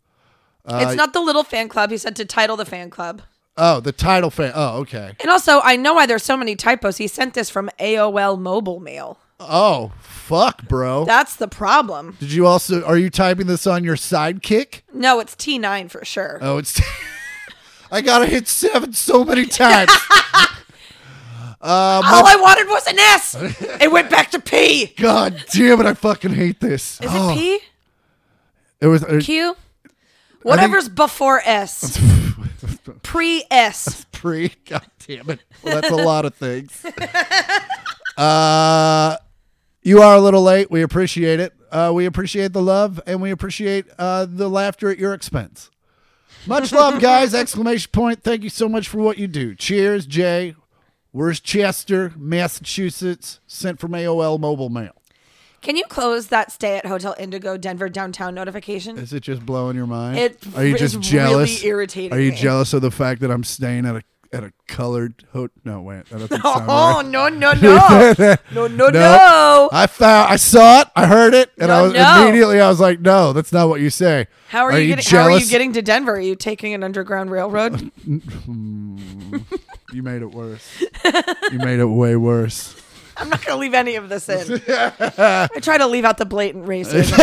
S4: Uh,
S3: it's not the little fan club. He said to title the fan club.
S4: Oh, the title fan. Oh, okay.
S3: And also, I know why there's so many typos. He sent this from AOL mobile mail.
S4: Oh, fuck, bro.
S3: That's the problem.
S4: Did you also? Are you typing this on your sidekick?
S3: No, it's T9 for sure.
S4: Oh, it's. *laughs* I gotta hit seven so many times.
S3: All I wanted was an *laughs* S. it went back to P. Is
S4: God damn it! I fucking hate this.
S3: it
S4: oh,
S3: P?
S4: It was. uh,
S3: Q? Whatever's before S. *laughs* Pre S.
S4: *laughs* pre. God damn it! Well, that's a lot of things. uh, you are a little late. We appreciate it. Uh, we appreciate the love and we appreciate uh, the laughter at your expense. Much love, guys! Exclamation point! Thank you so much for what you do. Cheers, Jay. Where's Chester, Massachusetts? Sent from AOL Mobile Mail.
S3: Can you close that stay at Hotel Indigo Denver downtown notification?
S4: Is it just blowing your mind?
S3: It
S4: Are you
S3: is
S4: just
S3: really
S4: jealous?
S3: irritating
S4: Are you
S3: me.
S4: jealous of the fact that I'm staying at a at a colored ho No, wait. That doesn't sound right.
S3: *laughs* Oh, *laughs* no, no, no. No, no, no.
S4: Nope. I found. I saw it. I heard it, and I
S3: No,
S4: was
S3: no.
S4: immediately. I was like, "No, that's not what you say."
S3: How are, you, getting how are
S4: jealous?
S3: you getting to Denver? Are you taking an underground *laughs* railroad?
S4: You made it
S3: *laughs*
S4: worse. you made it way worse.
S3: I'm not going to leave any of this in. *laughs* I try to leave out the blatant racism.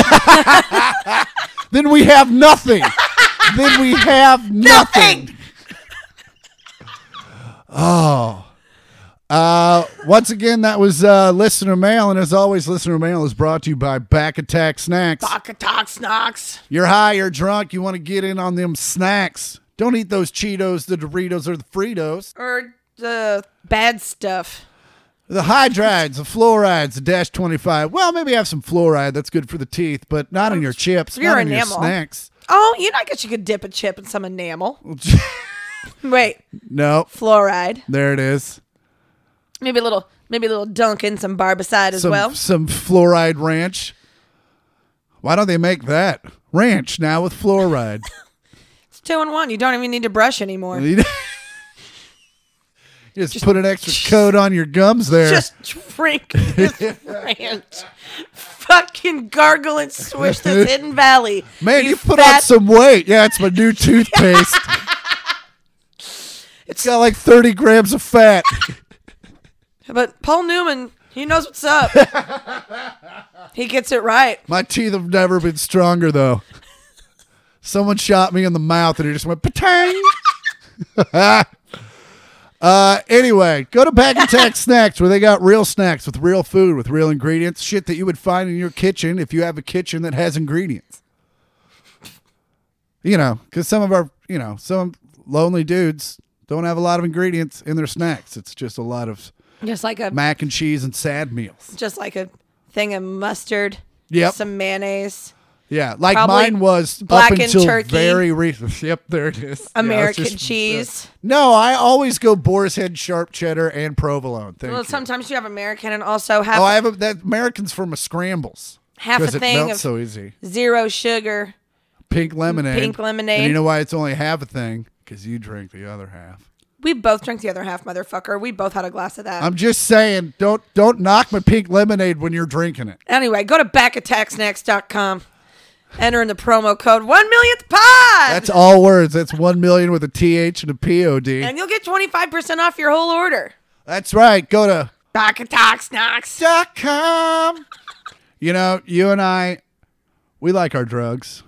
S4: Then we have nothing. then we have nothing. oh. Uh, once again, that was uh, listener mail, and as always, listener mail is brought to you by Back Attack Snacks.
S3: Baka talk snocks.
S4: You're high, you're drunk, you want to get in on them snacks. Don't eat those Cheetos, the Doritos, or the Fritos.
S3: Or the bad stuff.
S4: The hydrides, the fluorides, the Dash 25. Well, maybe have some fluoride. That's good for the teeth, but not in your chips,
S3: Your
S4: not in your
S3: enamel.
S4: snacks. *laughs*
S3: Oh, you know, I guess you could dip a chip in some enamel. Wait,
S4: no,
S3: fluoride.
S4: there it is.
S3: Maybe a little, maybe a little dunk in some barbicide as
S4: some
S3: well.
S4: some fluoride ranch. Why don't they make that ranch now with
S3: *laughs*
S4: fluoride?
S3: It's two and one. You don't even need to brush anymore.
S4: You just, put an extra coat on your gums there.
S3: Just
S4: *laughs*
S3: drink this ranch. Fucking gargle and swish
S4: *laughs*
S3: this hidden valley.
S4: Man, you, put on
S3: fat-
S4: some weight. Yeah, it's my
S3: *laughs*
S4: new toothpaste. it's got like thirty grams of fat.
S3: But Paul Newman, he knows what's
S4: *laughs*
S3: up. he gets it right.
S4: My teeth have never been stronger though. Someone shot me in the mouth and it just went patang. *laughs* uh, anyway, go to Pack Attack Snacks where they got real snacks with real food with real ingredients, shit that you would find in your kitchen if you have a kitchen that has ingredients. You know, because some of our, you know, some lonely dudes don't have a lot of ingredients in their snacks. It's just a lot of
S3: Just like a,
S4: mac and cheese and sad meals.
S3: just like a thing of mustard.
S4: Yep.
S3: Some mayonnaise.
S4: Yeah, like
S3: Probably
S4: mine was up
S3: blackened
S4: until
S3: turkey.
S4: very recent. *laughs* Yep, there it is. Yeah, it's
S3: American
S4: just-
S3: cheese.
S4: No, I always go Boar's Head, sharp cheddar, and provolone. Thank
S3: Well,
S4: you.
S3: sometimes you have American and also have
S4: oh, I have a, that Americans from a scrambles.
S3: Half a
S4: 'Cause
S3: thing
S4: It melts
S3: of-
S4: so easy.
S3: zero sugar.
S4: Pink lemonade.
S3: Pink lemonade.
S4: And you know why it's only half a thing? Because you drink the other half.
S3: We both drank the other half, motherfucker. We both had a glass of that.
S4: I'm just saying, don't don't knock my pink lemonade when you're drinking it.
S3: anyway, go to backattacksnacks.com. Enter in the promo code 1 millionth pod.
S4: That's all words. That's one million with a th and a pod.
S3: and you'll get 25% off your whole order.
S4: That's right. Go to
S3: Backattacksnacks.
S4: com. You know, you and I, we like our drugs.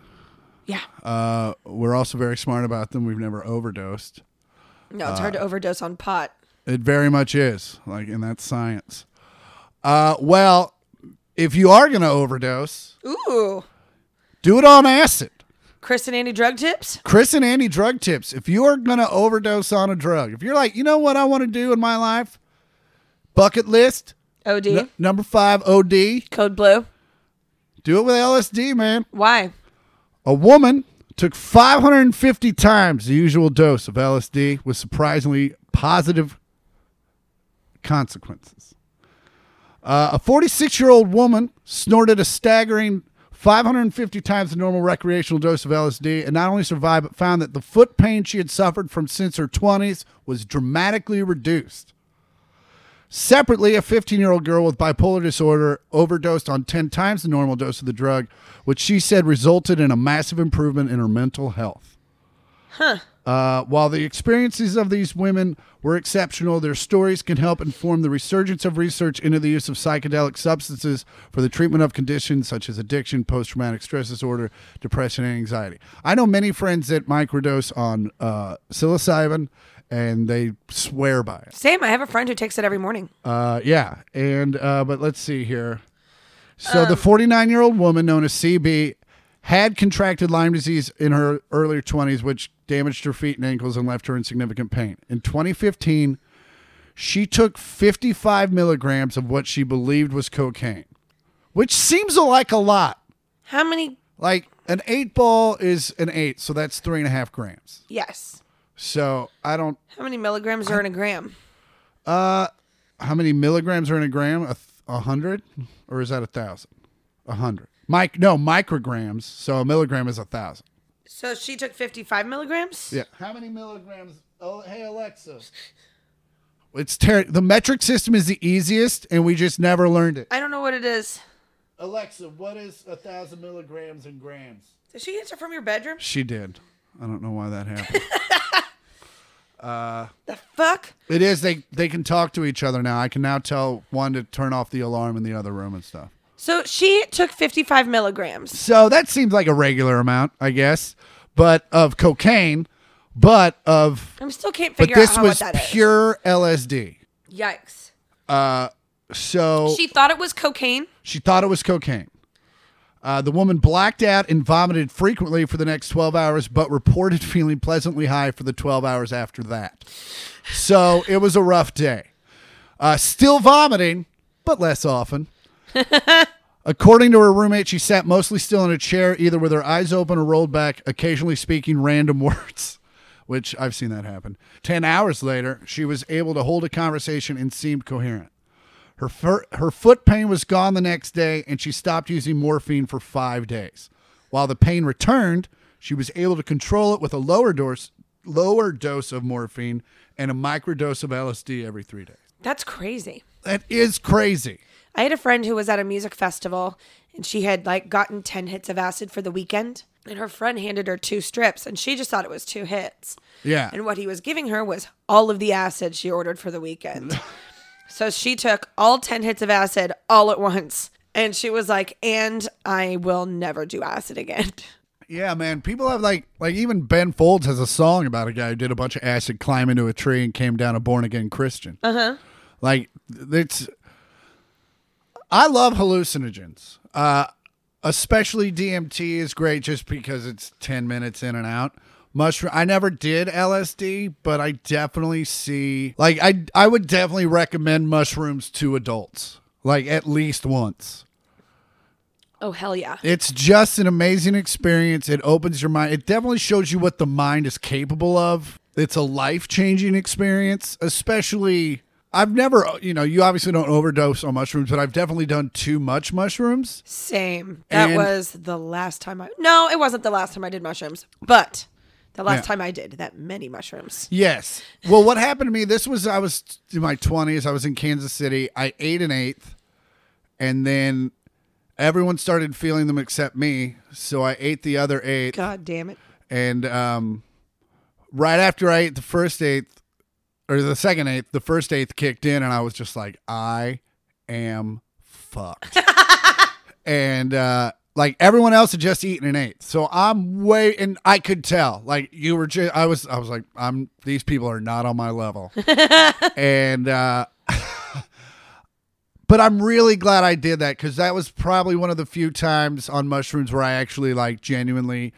S3: Yeah.
S4: Uh, we're also very smart about them. We've never overdosed.
S3: No,
S4: uh,
S3: it's hard to overdose on pot.
S4: It very much is like, and that's science. Uh, well, if you are gonna overdose,
S3: Ooh.
S4: do it on acid.
S3: Chris and Andy drug tips?
S4: Chris and Andy drug tips. If you are gonna overdose on a drug, if you're like, you know what I want to do in my life, bucket list,
S3: OD.
S4: N- number five, OD. Do
S3: Code blue.
S4: it with LSD, man.
S3: Why?
S4: A woman took 550 times the usual dose of LSD with surprisingly positive consequences. Uh, a 46 year old woman snorted a staggering 550 times the normal recreational dose of LSD and not only survived, but found that the foot pain she had suffered from since her 20s was dramatically reduced. Separately, a 15 year old girl with bipolar disorder overdosed on 10 times the normal dose of the drug, which she said resulted in a massive improvement in her mental health. Uh, while the experiences of these women were exceptional, their stories can help inform the resurgence of research into the use of psychedelic substances for the treatment of conditions such as addiction, post traumatic stress disorder, depression, and anxiety. I know many friends that microdose on uh, psilocybin and they swear by it.
S3: Same. I have a friend who takes it every morning.
S4: Uh, yeah, and uh, but let's see here. So the 49 year old woman known as CB had contracted Lyme disease in her earlier 20s, which damaged her feet and ankles and left her in significant pain. In 2015, she took 55 milligrams of what she believed was cocaine, which seems like a lot.
S3: How many?
S4: Like an eight ball is an eight, so that's three and a half grams.
S3: Yes.
S4: So I don't.
S3: How many milligrams are in a gram?
S4: how many milligrams are in a gram? A, th- a hundred, or is that a thousand? A hundred. Mic no micrograms. So a milligram is a thousand.
S3: So she took 55 milligrams?
S4: Yeah. How many milligrams? Oh, hey Alexa. It's ter- the metric system is the easiest, and we just never learned it.
S3: I don't know what it is.
S4: Alexa, what is a thousand milligrams in grams?
S3: Did she answer from your bedroom?
S4: She did. I don't know why that happened. *laughs*
S3: The fuck?
S4: it is they they can talk to each other now. I can now tell one to turn off the alarm in the other room and stuff.
S3: So she took 55 milligrams.
S4: So that seems like a regular amount, I guess, but of cocaine, but of
S3: I am still can't
S4: but
S3: figure out
S4: this
S3: how
S4: was
S3: much that is.
S4: pure LSD.
S3: Yikes.
S4: So she,
S3: She thought it was cocaine.
S4: thought it was cocaine. Uh, the woman blacked out and vomited frequently for the next 12 hours, but reported *laughs* feeling pleasantly high for the 12 hours after that. So it was a rough day. Uh, still vomiting, but less often. According to her roommate, she sat mostly still in a chair, either with her eyes open or rolled back, occasionally speaking random *laughs* words, which I've seen that happen. Ten hours later, she was able to hold a conversation and seemed coherent. Her, fir- her foot pain was gone the next day, and she stopped using morphine for five days. While the pain returned, she was able to control it with a lower dose, lower dose of morphine and a microdose of LSD every three days.
S3: That's crazy.
S4: That is crazy.
S3: I had a friend who was at a music festival and she had like gotten 10 hits of acid for the weekend. And her friend handed her two strips and she just thought it was two hits.
S4: Yeah.
S3: And what he was giving her was all of the acid she ordered for the
S4: *laughs*
S3: weekend. so she took all 10 hits of acid all at once. And she was like, and I will never do acid again.
S4: Yeah, man. People have like like even Ben Folds has a song about a guy who did a bunch of acid, climb into a tree, and came down a born again Christian. Uh huh. Like it's. I love hallucinogens. Uh, especially DMT is great just because it's ten minutes in and out. Mushroom. I never did LSD, but I definitely see like I I would definitely recommend mushrooms to adults, like at least once.
S3: *laughs* Oh, hell yeah.
S4: It's just an amazing experience. It opens your mind. It definitely shows you what the mind is capable of. It's a life changing experience, especially. I've never, you know, you obviously don't overdose on mushrooms, but I've definitely done too much mushrooms.
S3: Same. That
S4: And-
S3: was the last time I. No, it wasn't the last time I did mushrooms, but the last
S4: Yeah.
S3: time I did that many mushrooms.
S4: Yes. Well, what happened to me? This was I was in my twenties. I was in Kansas City. I ate an eighth, and then everyone started feeling them except me. So I ate the other eighth.
S3: God damn it.
S4: and um, right after I ate the first eighth or the second eighth, the first eighth kicked in, and I was just like, I am fucked. and uh, like everyone else had just eaten an eighth, so I'm way, and I could tell. Like you were just, I was, I was like, I'm. These people are not on my level, and. uh *laughs* But I'm really glad I did that because that was probably one of the few times on mushrooms where I actually like genuinely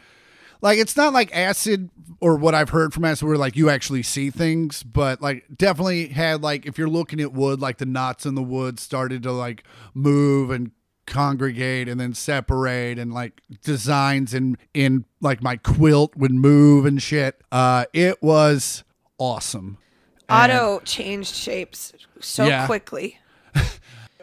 S4: like it's not like acid or what I've heard from us, where like you actually see things, but like definitely had like if you're looking at wood, like the knots in the wood started to like move and congregate and then separate and like designs and in like my quilt would move and shit. Uh it was awesome.
S3: Otto changed shapes so
S4: Yeah.
S3: quickly.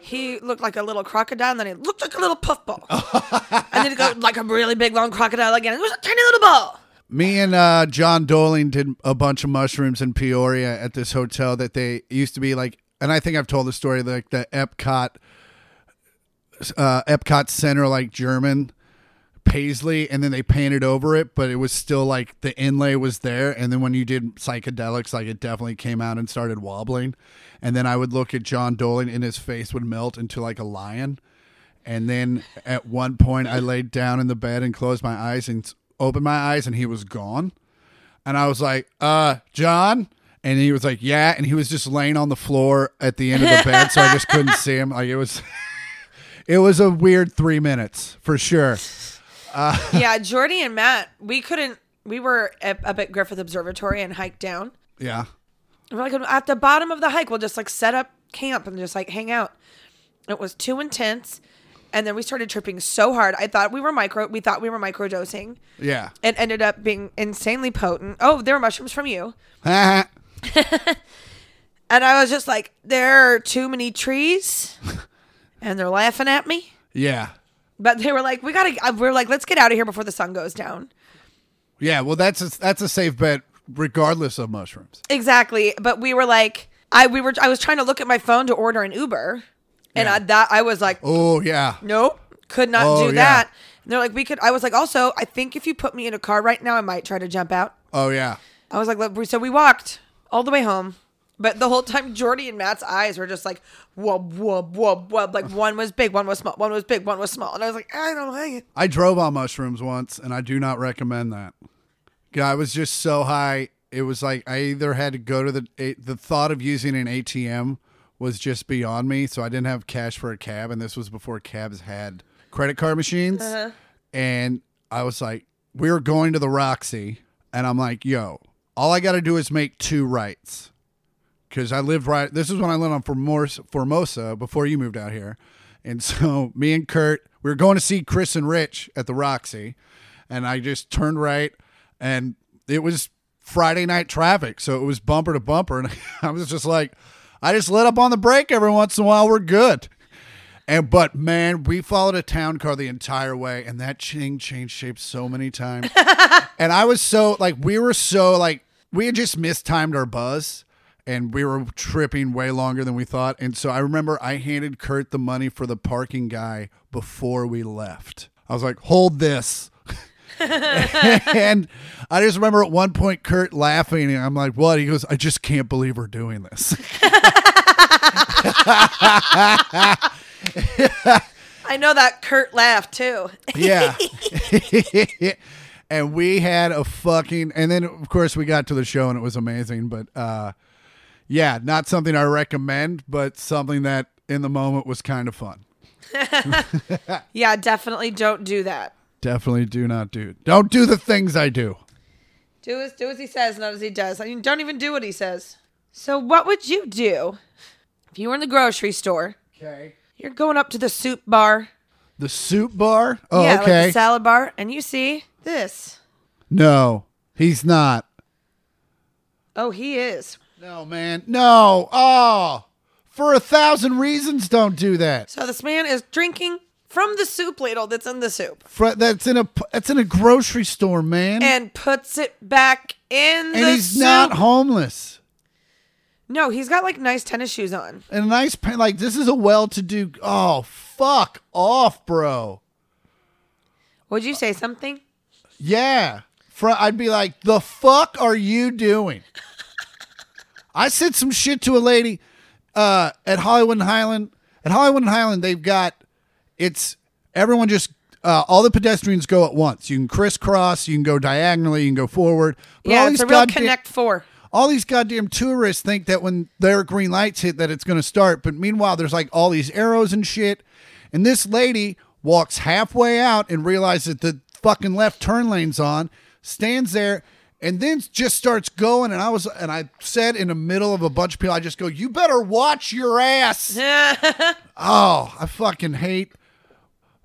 S3: he looked like a little crocodile, and then he looked like a little puffball, and then he got like a really big long crocodile again. It was a tiny little ball.
S4: Me and uh, John Doling did a bunch of mushrooms in Peoria at this hotel that they used to be like, and I think I've told the story like the Epcot, uh, Epcot Center like German paisley, and then they painted over it, but it was still like the inlay was there, and then when you did psychedelics, like it definitely came out and started wobbling, and then I would look at John Doling, and his face would melt into like a lion. And then at one point, I laid down in the bed and closed my eyes and s- opened my eyes, and he was gone. And I was like, uh, John? And he was like, yeah. And he was just laying on the floor at the end of the bed, so I just couldn't see him. Like, it was. *laughs* It was a weird three minutes for sure.
S3: yeah, Jordy and Matt, we couldn't. We were up up at Griffith Observatory and hiked down.
S4: Yeah.
S3: And we're like at the bottom of the hike, we'll just like set up camp and just like hang out. It was too intense, and then we started tripping so hard. I thought we were micro. We thought we were microdosing.
S4: Yeah. *laughs*
S3: It ended up being insanely potent. Oh, there were mushrooms from you. And I was just like, there are too
S4: *laughs*
S3: many trees, and they're laughing at me.
S4: yeah.
S3: But they were like, we gotta. uh, We were like, let's get out of here before the sun goes down.
S4: Yeah. Well, that's a, that's a safe bet regardless of mushrooms.
S3: Exactly. But we were like, I we were. I was trying to look at my phone to order an Uber, and I, that I was like,
S4: Oh, yeah.
S3: nope, could not
S4: Oh,
S3: do
S4: yeah.
S3: that. And they're like, we could. I was like, also, I think if you put me in a car right now, I might try to jump out.
S4: Oh, yeah.
S3: I was like, "Look," so we walked all the way home. But the whole time, Jordy and Matt's eyes were just like, wub, wub, wub, wub. Like one was big, one was small, one was big, one was small. And I was like, I don't like it.
S4: I drove on mushrooms once, and I do not recommend that. God, I was just so high. It was like I either had to go to the it, the thought of using an ATM was just beyond me, so I didn't have cash for a cab, and this was before cabs had credit card machines. And I was like, we were going to the Roxy, and I'm like, yo, all I got to do is make two rights because I lived right. This is when I lived on Formosa, Formosa before you moved out here, and *laughs* so me and Kurt we were going to see Chris and Rich at the Roxy, and I just turned right, and it was Friday night traffic, so it was bumper to bumper, and *laughs* I was just like, I just let up on the brake every once in a while. We're good. And but man, we followed a town car the entire way, and that thing changed shape so many times. and I was so like, we were so like, we had just mistimed our buzz, and we were tripping way longer than we thought. And so I remember I handed Kurt the money for the parking guy before we left. I was like, hold this. *laughs* and I just remember at one point Kurt laughing, and I'm like, what? He goes, I just can't believe we're doing this.
S3: I know that Kurt laughed too.
S4: Yeah. *laughs* and we had a fucking and then of course we got to the show and it was amazing, but uh yeah, not something I recommend, but something that in the moment was kind of fun.
S3: *laughs* yeah, definitely don't do that.
S4: Definitely do not do. Don't do the things I do.
S3: Do as do as he says, not as he does. I mean, don't even do what he says. So what would you do if you were in the grocery store?
S4: Okay.
S3: You're going up to the soup bar.
S4: The soup bar? Oh,
S3: yeah,
S4: okay.
S3: like the salad bar, and you see this.
S4: no. He's not.
S3: Oh, he is.
S4: No, man. No. Oh. For a thousand reasons don't do that.
S3: So this man is drinking from the soup ladle that's in the soup
S4: Fr- that's in a p- that's in a grocery store, man.
S3: and puts it back in the
S4: and he's
S3: soup.
S4: not homeless.
S3: no, he's got like nice tennis shoes on.
S4: and a nice pen. Like this is a well-to-do. Oh, fuck off, bro.
S3: Would you say something?
S4: Yeah, Fr- I'd be like, the fuck are you doing? *laughs* I said some shit to a lady uh, at Hollywood and Highland. At Hollywood and Highland, they've got it's everyone just uh, all the pedestrians go at once. You can crisscross, you can go diagonally, you can go forward. But all
S3: yeah, it's
S4: these
S3: a real
S4: goddamn-
S3: connect four.
S4: all these goddamn tourists think that when their green lights hit that it's going to start but meanwhile there's like all these arrows and shit and this lady walks halfway out and realizes that the fucking left turn lane's on stands there and then just starts going. And I was, and I said in the middle of a bunch of people, I just go, "You better watch your ass." oh, I fucking hate,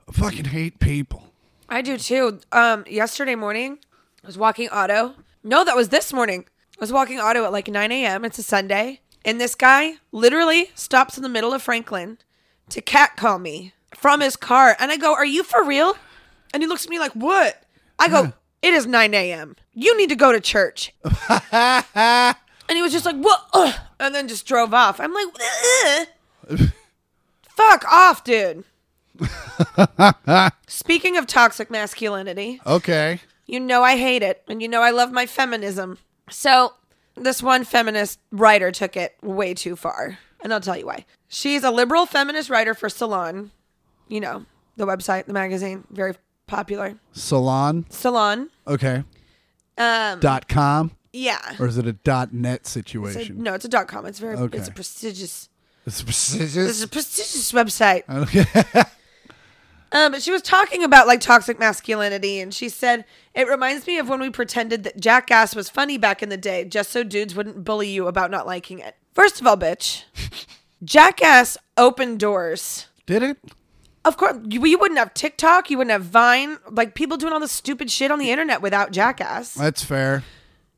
S4: I fucking hate people.
S3: I do too. Um, yesterday morning, I was walking auto. No, that was this morning. I was walking auto at like 9 a.m. It's a Sunday, and this guy literally stops in the middle of Franklin to catcall me from his car. And I go, "Are you for real?" And he looks at me like, "What?" I go, "It is 9 a.m. You need to go to church." and he was just like, "What?" Ugh," and then just drove off. I'm like, "Ugh." "Fuck off, dude." Speaking of toxic masculinity,
S4: Okay.
S3: you know I hate it, and you know I love my feminism. So, this one feminist writer took it way too far, and I'll tell you why. She's a liberal feminist writer for Salon, you know, the website, the magazine, very popular.
S4: Salon.
S3: Salon.
S4: Okay.
S3: Um,
S4: Dot com
S3: yeah.
S4: or is it a dot net
S3: It's a-
S4: situation?
S3: no, it's a dot com. It's very.
S4: Okay.
S3: It's a prestigious.
S4: It's
S3: It's
S4: prestigious.
S3: a prestigious website.
S4: *laughs* Okay.
S3: Um, but she was talking about like toxic masculinity, and she said it reminds me of when we pretended that jackass was funny back in the day, just so dudes wouldn't bully you about not liking it. First of all,
S4: *laughs*
S3: bitch, jackass opened doors.
S4: Did it?
S3: Of course, you, you wouldn't have TikTok, you wouldn't have Vine, like people doing all this stupid shit on the internet without jackass.
S4: That's fair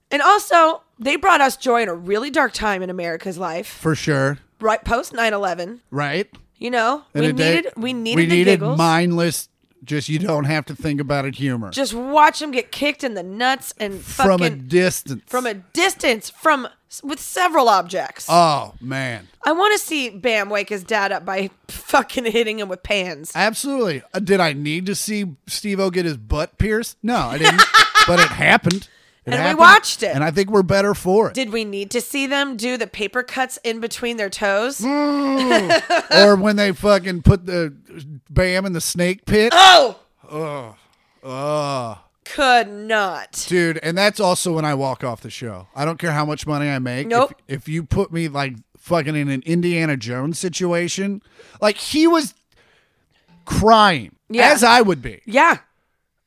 S3: And also, they brought us joy in a really dark time in America's life,
S4: for sure.
S3: right post 9/11.
S4: Right.
S3: You know,
S4: In
S3: we
S4: a day-
S3: needed, we needed
S4: we
S3: the
S4: needed
S3: giggles.
S4: mindless. Just you don't have to think about it. Humor
S3: just watch them get kicked in the nuts and
S4: from a
S3: fucking
S4: distance.
S3: from a distance from with several objects.
S4: oh man,
S3: I want to see Bam wake his dad up by *laughs* fucking hitting him with pans.
S4: absolutely. Uh, did I need to see Steve O get his butt pierced? No, I
S3: *laughs*
S4: didn't. but it happened. It
S3: And we
S4: happened,
S3: watched it.
S4: and I think we're better for it.
S3: Did we need to see them do the paper cuts in between their toes?
S4: or when they fucking put the Bam in the snake
S3: *laughs*
S4: pit.
S3: Oh,
S4: Oh,
S3: could not.
S4: dude, and that's also when I walk off the show. I don't care how much money I make.
S3: Nope.
S4: If, if you put me like fucking in an Indiana Jones situation, like he was crying,
S3: Yeah.
S4: as I would be.
S3: Yeah,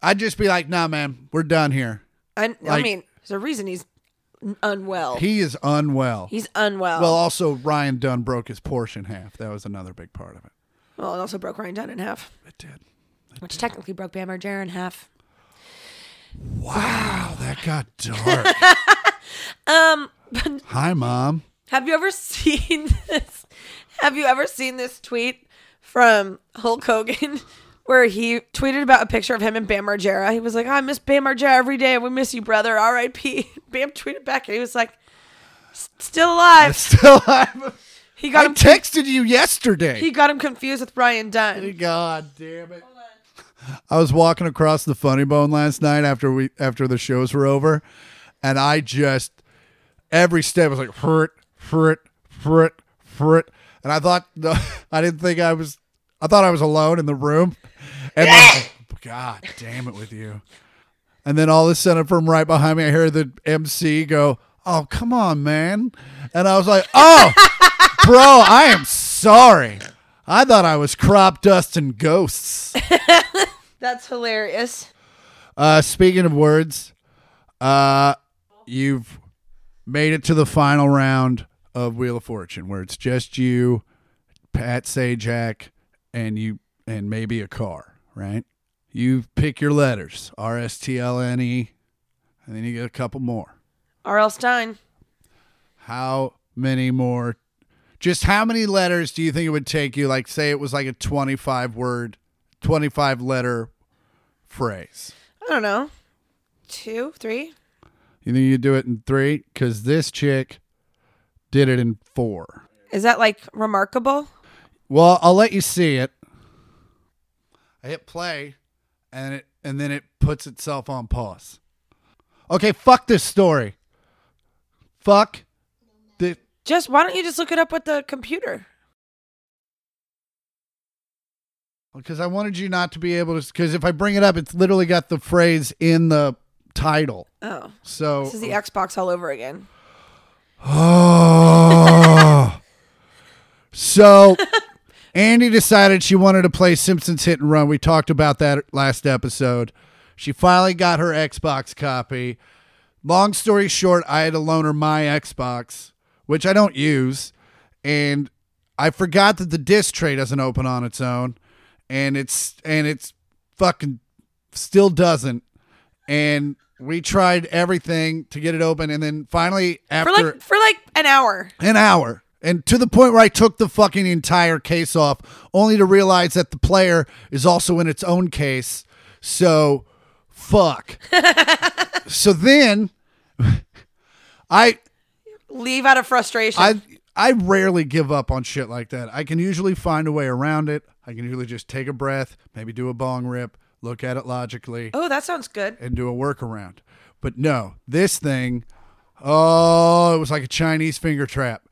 S4: I'd just be like, "Nah, man, we're done here."
S3: I, I
S4: Like-
S3: mean, there's a reason he's unwell.
S4: He is unwell.
S3: he's unwell.
S4: well, uh, also Ryan Dunn broke his Porsche in half. That was another big part of it.
S3: well, it also broke Ryan Dunn in half,
S4: It did.
S3: which technically broke Bam Margera in half.
S4: Wow, that got
S3: *laughs*
S4: dark. um, hi,
S3: *laughs*
S4: mom.
S3: Have you ever seen this? Have you ever seen this tweet from Hulk Hogan *laughs* where he tweeted about a picture of him and Bam Margera? He was like, I miss Bam Margera every day. We miss you, brother. R.I.P. *laughs* Bam tweeted back and he was like, "S- still alive.
S4: Still, I'm,
S3: He
S4: I
S3: got him
S4: texted you yesterday.
S3: he got him confused with Brian Dunn.
S4: God damn it. I was walking across the funny bone last night after we after the shows were over, and I just every step was like hurt, hurt, hurt, hurt. And I thought *laughs* no, I didn't think I was I thought I was alone in the room. And then, *laughs* God damn it with you. And then all of a sudden from right behind me I hear the MC go, Oh, come on, man. And I was like, Oh, bro, I am sorry. I thought I was crop dusting ghosts.
S3: That's hilarious.
S4: Uh, speaking of words, uh, you've made it to the final round of Wheel of Fortune, where it's just you, Pat Sajak, and you, and maybe a car. Right? You pick your letters: R S T L N E, and then you get a couple more.
S3: R.L. Stein.
S4: How many more? Just how many letters do you think it would take you? Like, say it was like a 25 word, 25 letter phrase.
S3: I don't know. Two, three.
S4: You think you do it in three? Because this chick did it in four.
S3: Is that like remarkable?
S4: Well, I'll let you see it. I hit play, and it and then it puts itself on pause. Okay, fuck this story. Fuck the.
S3: Just why don't you just look it up with the computer?
S4: Because I wanted you not to be able to. Because if I bring it up, it's literally got the phrase in the title.
S3: Oh.
S4: So
S3: This is the Xbox all over again.
S4: Oh. *sighs* so Andy decided she wanted to play Simpsons Hit and Run. We talked about that last episode. She finally got her Xbox copy. Long story short, I had to loan her my Xbox, which I don't use, and I forgot that the disc tray doesn't open on its own, and it's and it's fucking still doesn't, and we tried everything to get it open, and then finally
S3: for
S4: after
S3: like for like an hour.
S4: an hour. And to the point where I took the fucking entire case off, only to realize that the player is also in its own case. So, fuck. so then, I
S3: Leave out of frustration.
S4: I I rarely give up on shit like that. I can usually find a way around it. I can usually just take a breath, maybe do a bong rip, look at it logically,
S3: oh, that sounds good.
S4: and do a workaround. But no, this thing, oh, it was like a Chinese finger trap.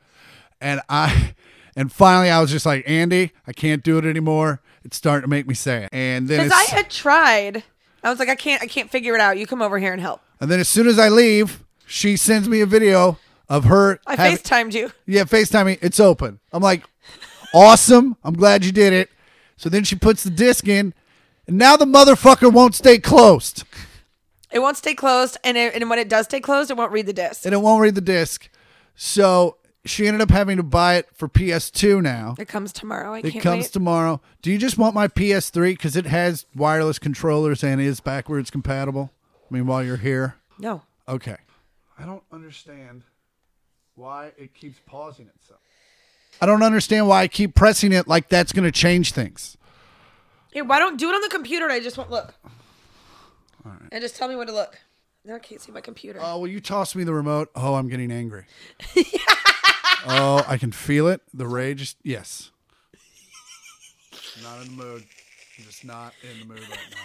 S4: And I *laughs* and finally I was just like, Andy, I can't do it anymore. It's starting to make me sad. And then
S3: Because
S4: as,
S3: I had tried. I was like, I can't I can't figure it out. You come over here and help.
S4: and then as soon as I leave, she sends me a video of her
S3: I
S4: having-
S3: FaceTimed you.
S4: Yeah, FaceTime me. It's open. I'm like, awesome. I'm glad you did it. So then she puts the disc in, and now the motherfucker won't stay closed.
S3: It won't stay closed, and it, and when it does stay closed, it won't read the disc.
S4: and it won't read the disc. So she ended up having to buy it for PS2 now.
S3: It comes tomorrow. I
S4: It
S3: can't
S4: comes
S3: wait.
S4: tomorrow. Do you just want my PS3 because it has wireless controllers and is backwards compatible? I mean, while you're here,
S3: no,
S4: okay. I don't understand why it keeps pausing itself. I don't understand why I keep pressing it like that's going to change things.
S3: Here, why don't do it on the computer? I just won't look. And just tell me when to look. Now I can't see my computer.
S4: Oh, will you toss me the remote? Oh, I'm getting angry. oh, I can feel it. The rage. is- Yes. Not in the mood. I'm just not in the mood right now.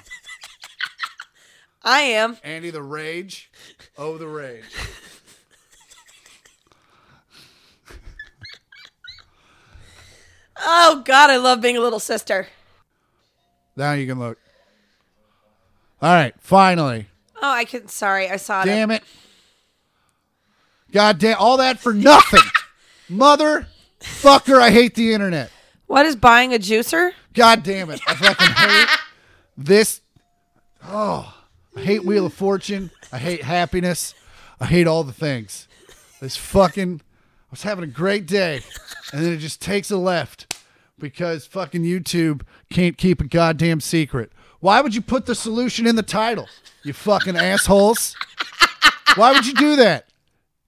S3: I am.
S4: Andy, the rage. Oh, the rage.
S3: Oh God, I love being a little sister.
S4: Now you can look. All right, finally.
S3: Oh, I can. Sorry, I saw it.
S4: Damn it. God damn, all that for nothing. Mother fucker, I hate the internet.
S3: What is buying a juicer?
S4: God damn it. I fucking hate this. Oh, I hate Wheel of Fortune. I hate happiness. I hate all the things. This fucking, I was having a great day and then it just takes a left because fucking YouTube can't keep a goddamn secret. Why would you put the solution in the title? You fucking assholes. Why would you do that?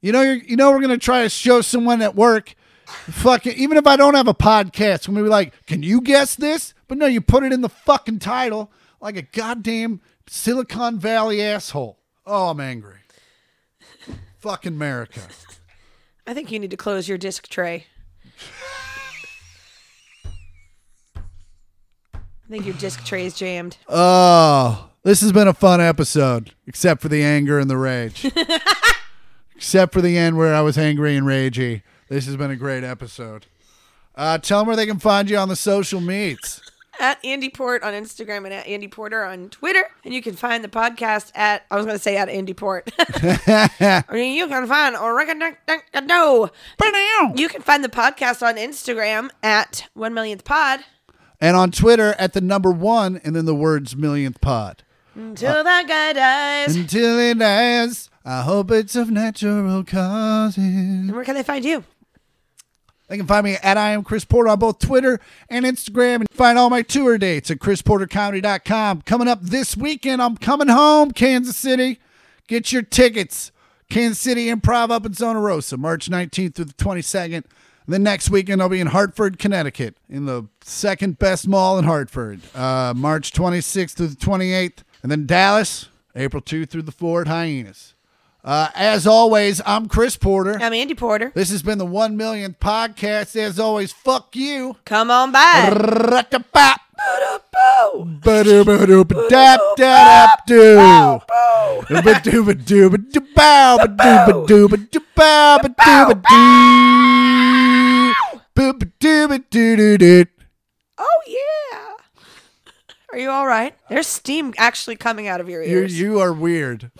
S4: You know, you're, you know, we're gonna try to show someone at work. Fucking, even if I don't have a podcast, when we be like, can you guess this? But no, you put it in the fucking title like a goddamn Silicon Valley asshole. Oh, I'm angry. fucking America.
S3: I think you need to close your disc tray. I think your disc tray is jammed.
S4: Oh, this has been a fun episode, except for the anger and the rage. except for the end where I was angry and ragey. This has been a great episode. Uh, tell them where they can find you on the social meets.
S3: at Andy Port on Instagram and at Andy Porter on Twitter. And you can find the podcast at, I was going to say at Andy Port. *laughs* I mean, you can find, no. You can find the podcast on Instagram at 1 millionth pod.
S4: and on Twitter at the number one and then the words millionth pod.
S3: Until that guy dies.
S4: Until it dies, I hope it's of natural causes.
S3: And where can they find you?
S4: They can find me at I am Chris Porter on both Twitter and Instagram and find all my tour dates at chrisportercomedy.com. Coming up this weekend, I'm coming home, Kansas City. Get your tickets. Kansas City Improv up in Rosa, March 19th through the 22nd. Then next weekend, I'll be in Hartford, Connecticut, in the second best mall in Hartford, uh, March 26th through the 28th. And then Dallas, April 2 through the 4 at Hyenas. Uh, as always, I'm Chris Porter.
S3: I'm Andy Porter.
S4: This has been the 1 millionth podcast. As always, fuck you.
S3: Come on by.
S4: Rat-a-pop.
S3: Boo.
S4: Ba-do-ba-do-ba-dap-da-dap-do.
S3: Boo.
S4: Ba-do-ba-do-ba-do-ba-do-ba-do-ba-do-ba-do. Ba-ba-do-ba-do-do-do.
S3: Oh, yeah. Are you all right? There's steam actually coming out of your
S4: You
S3: ears.
S4: you are weird.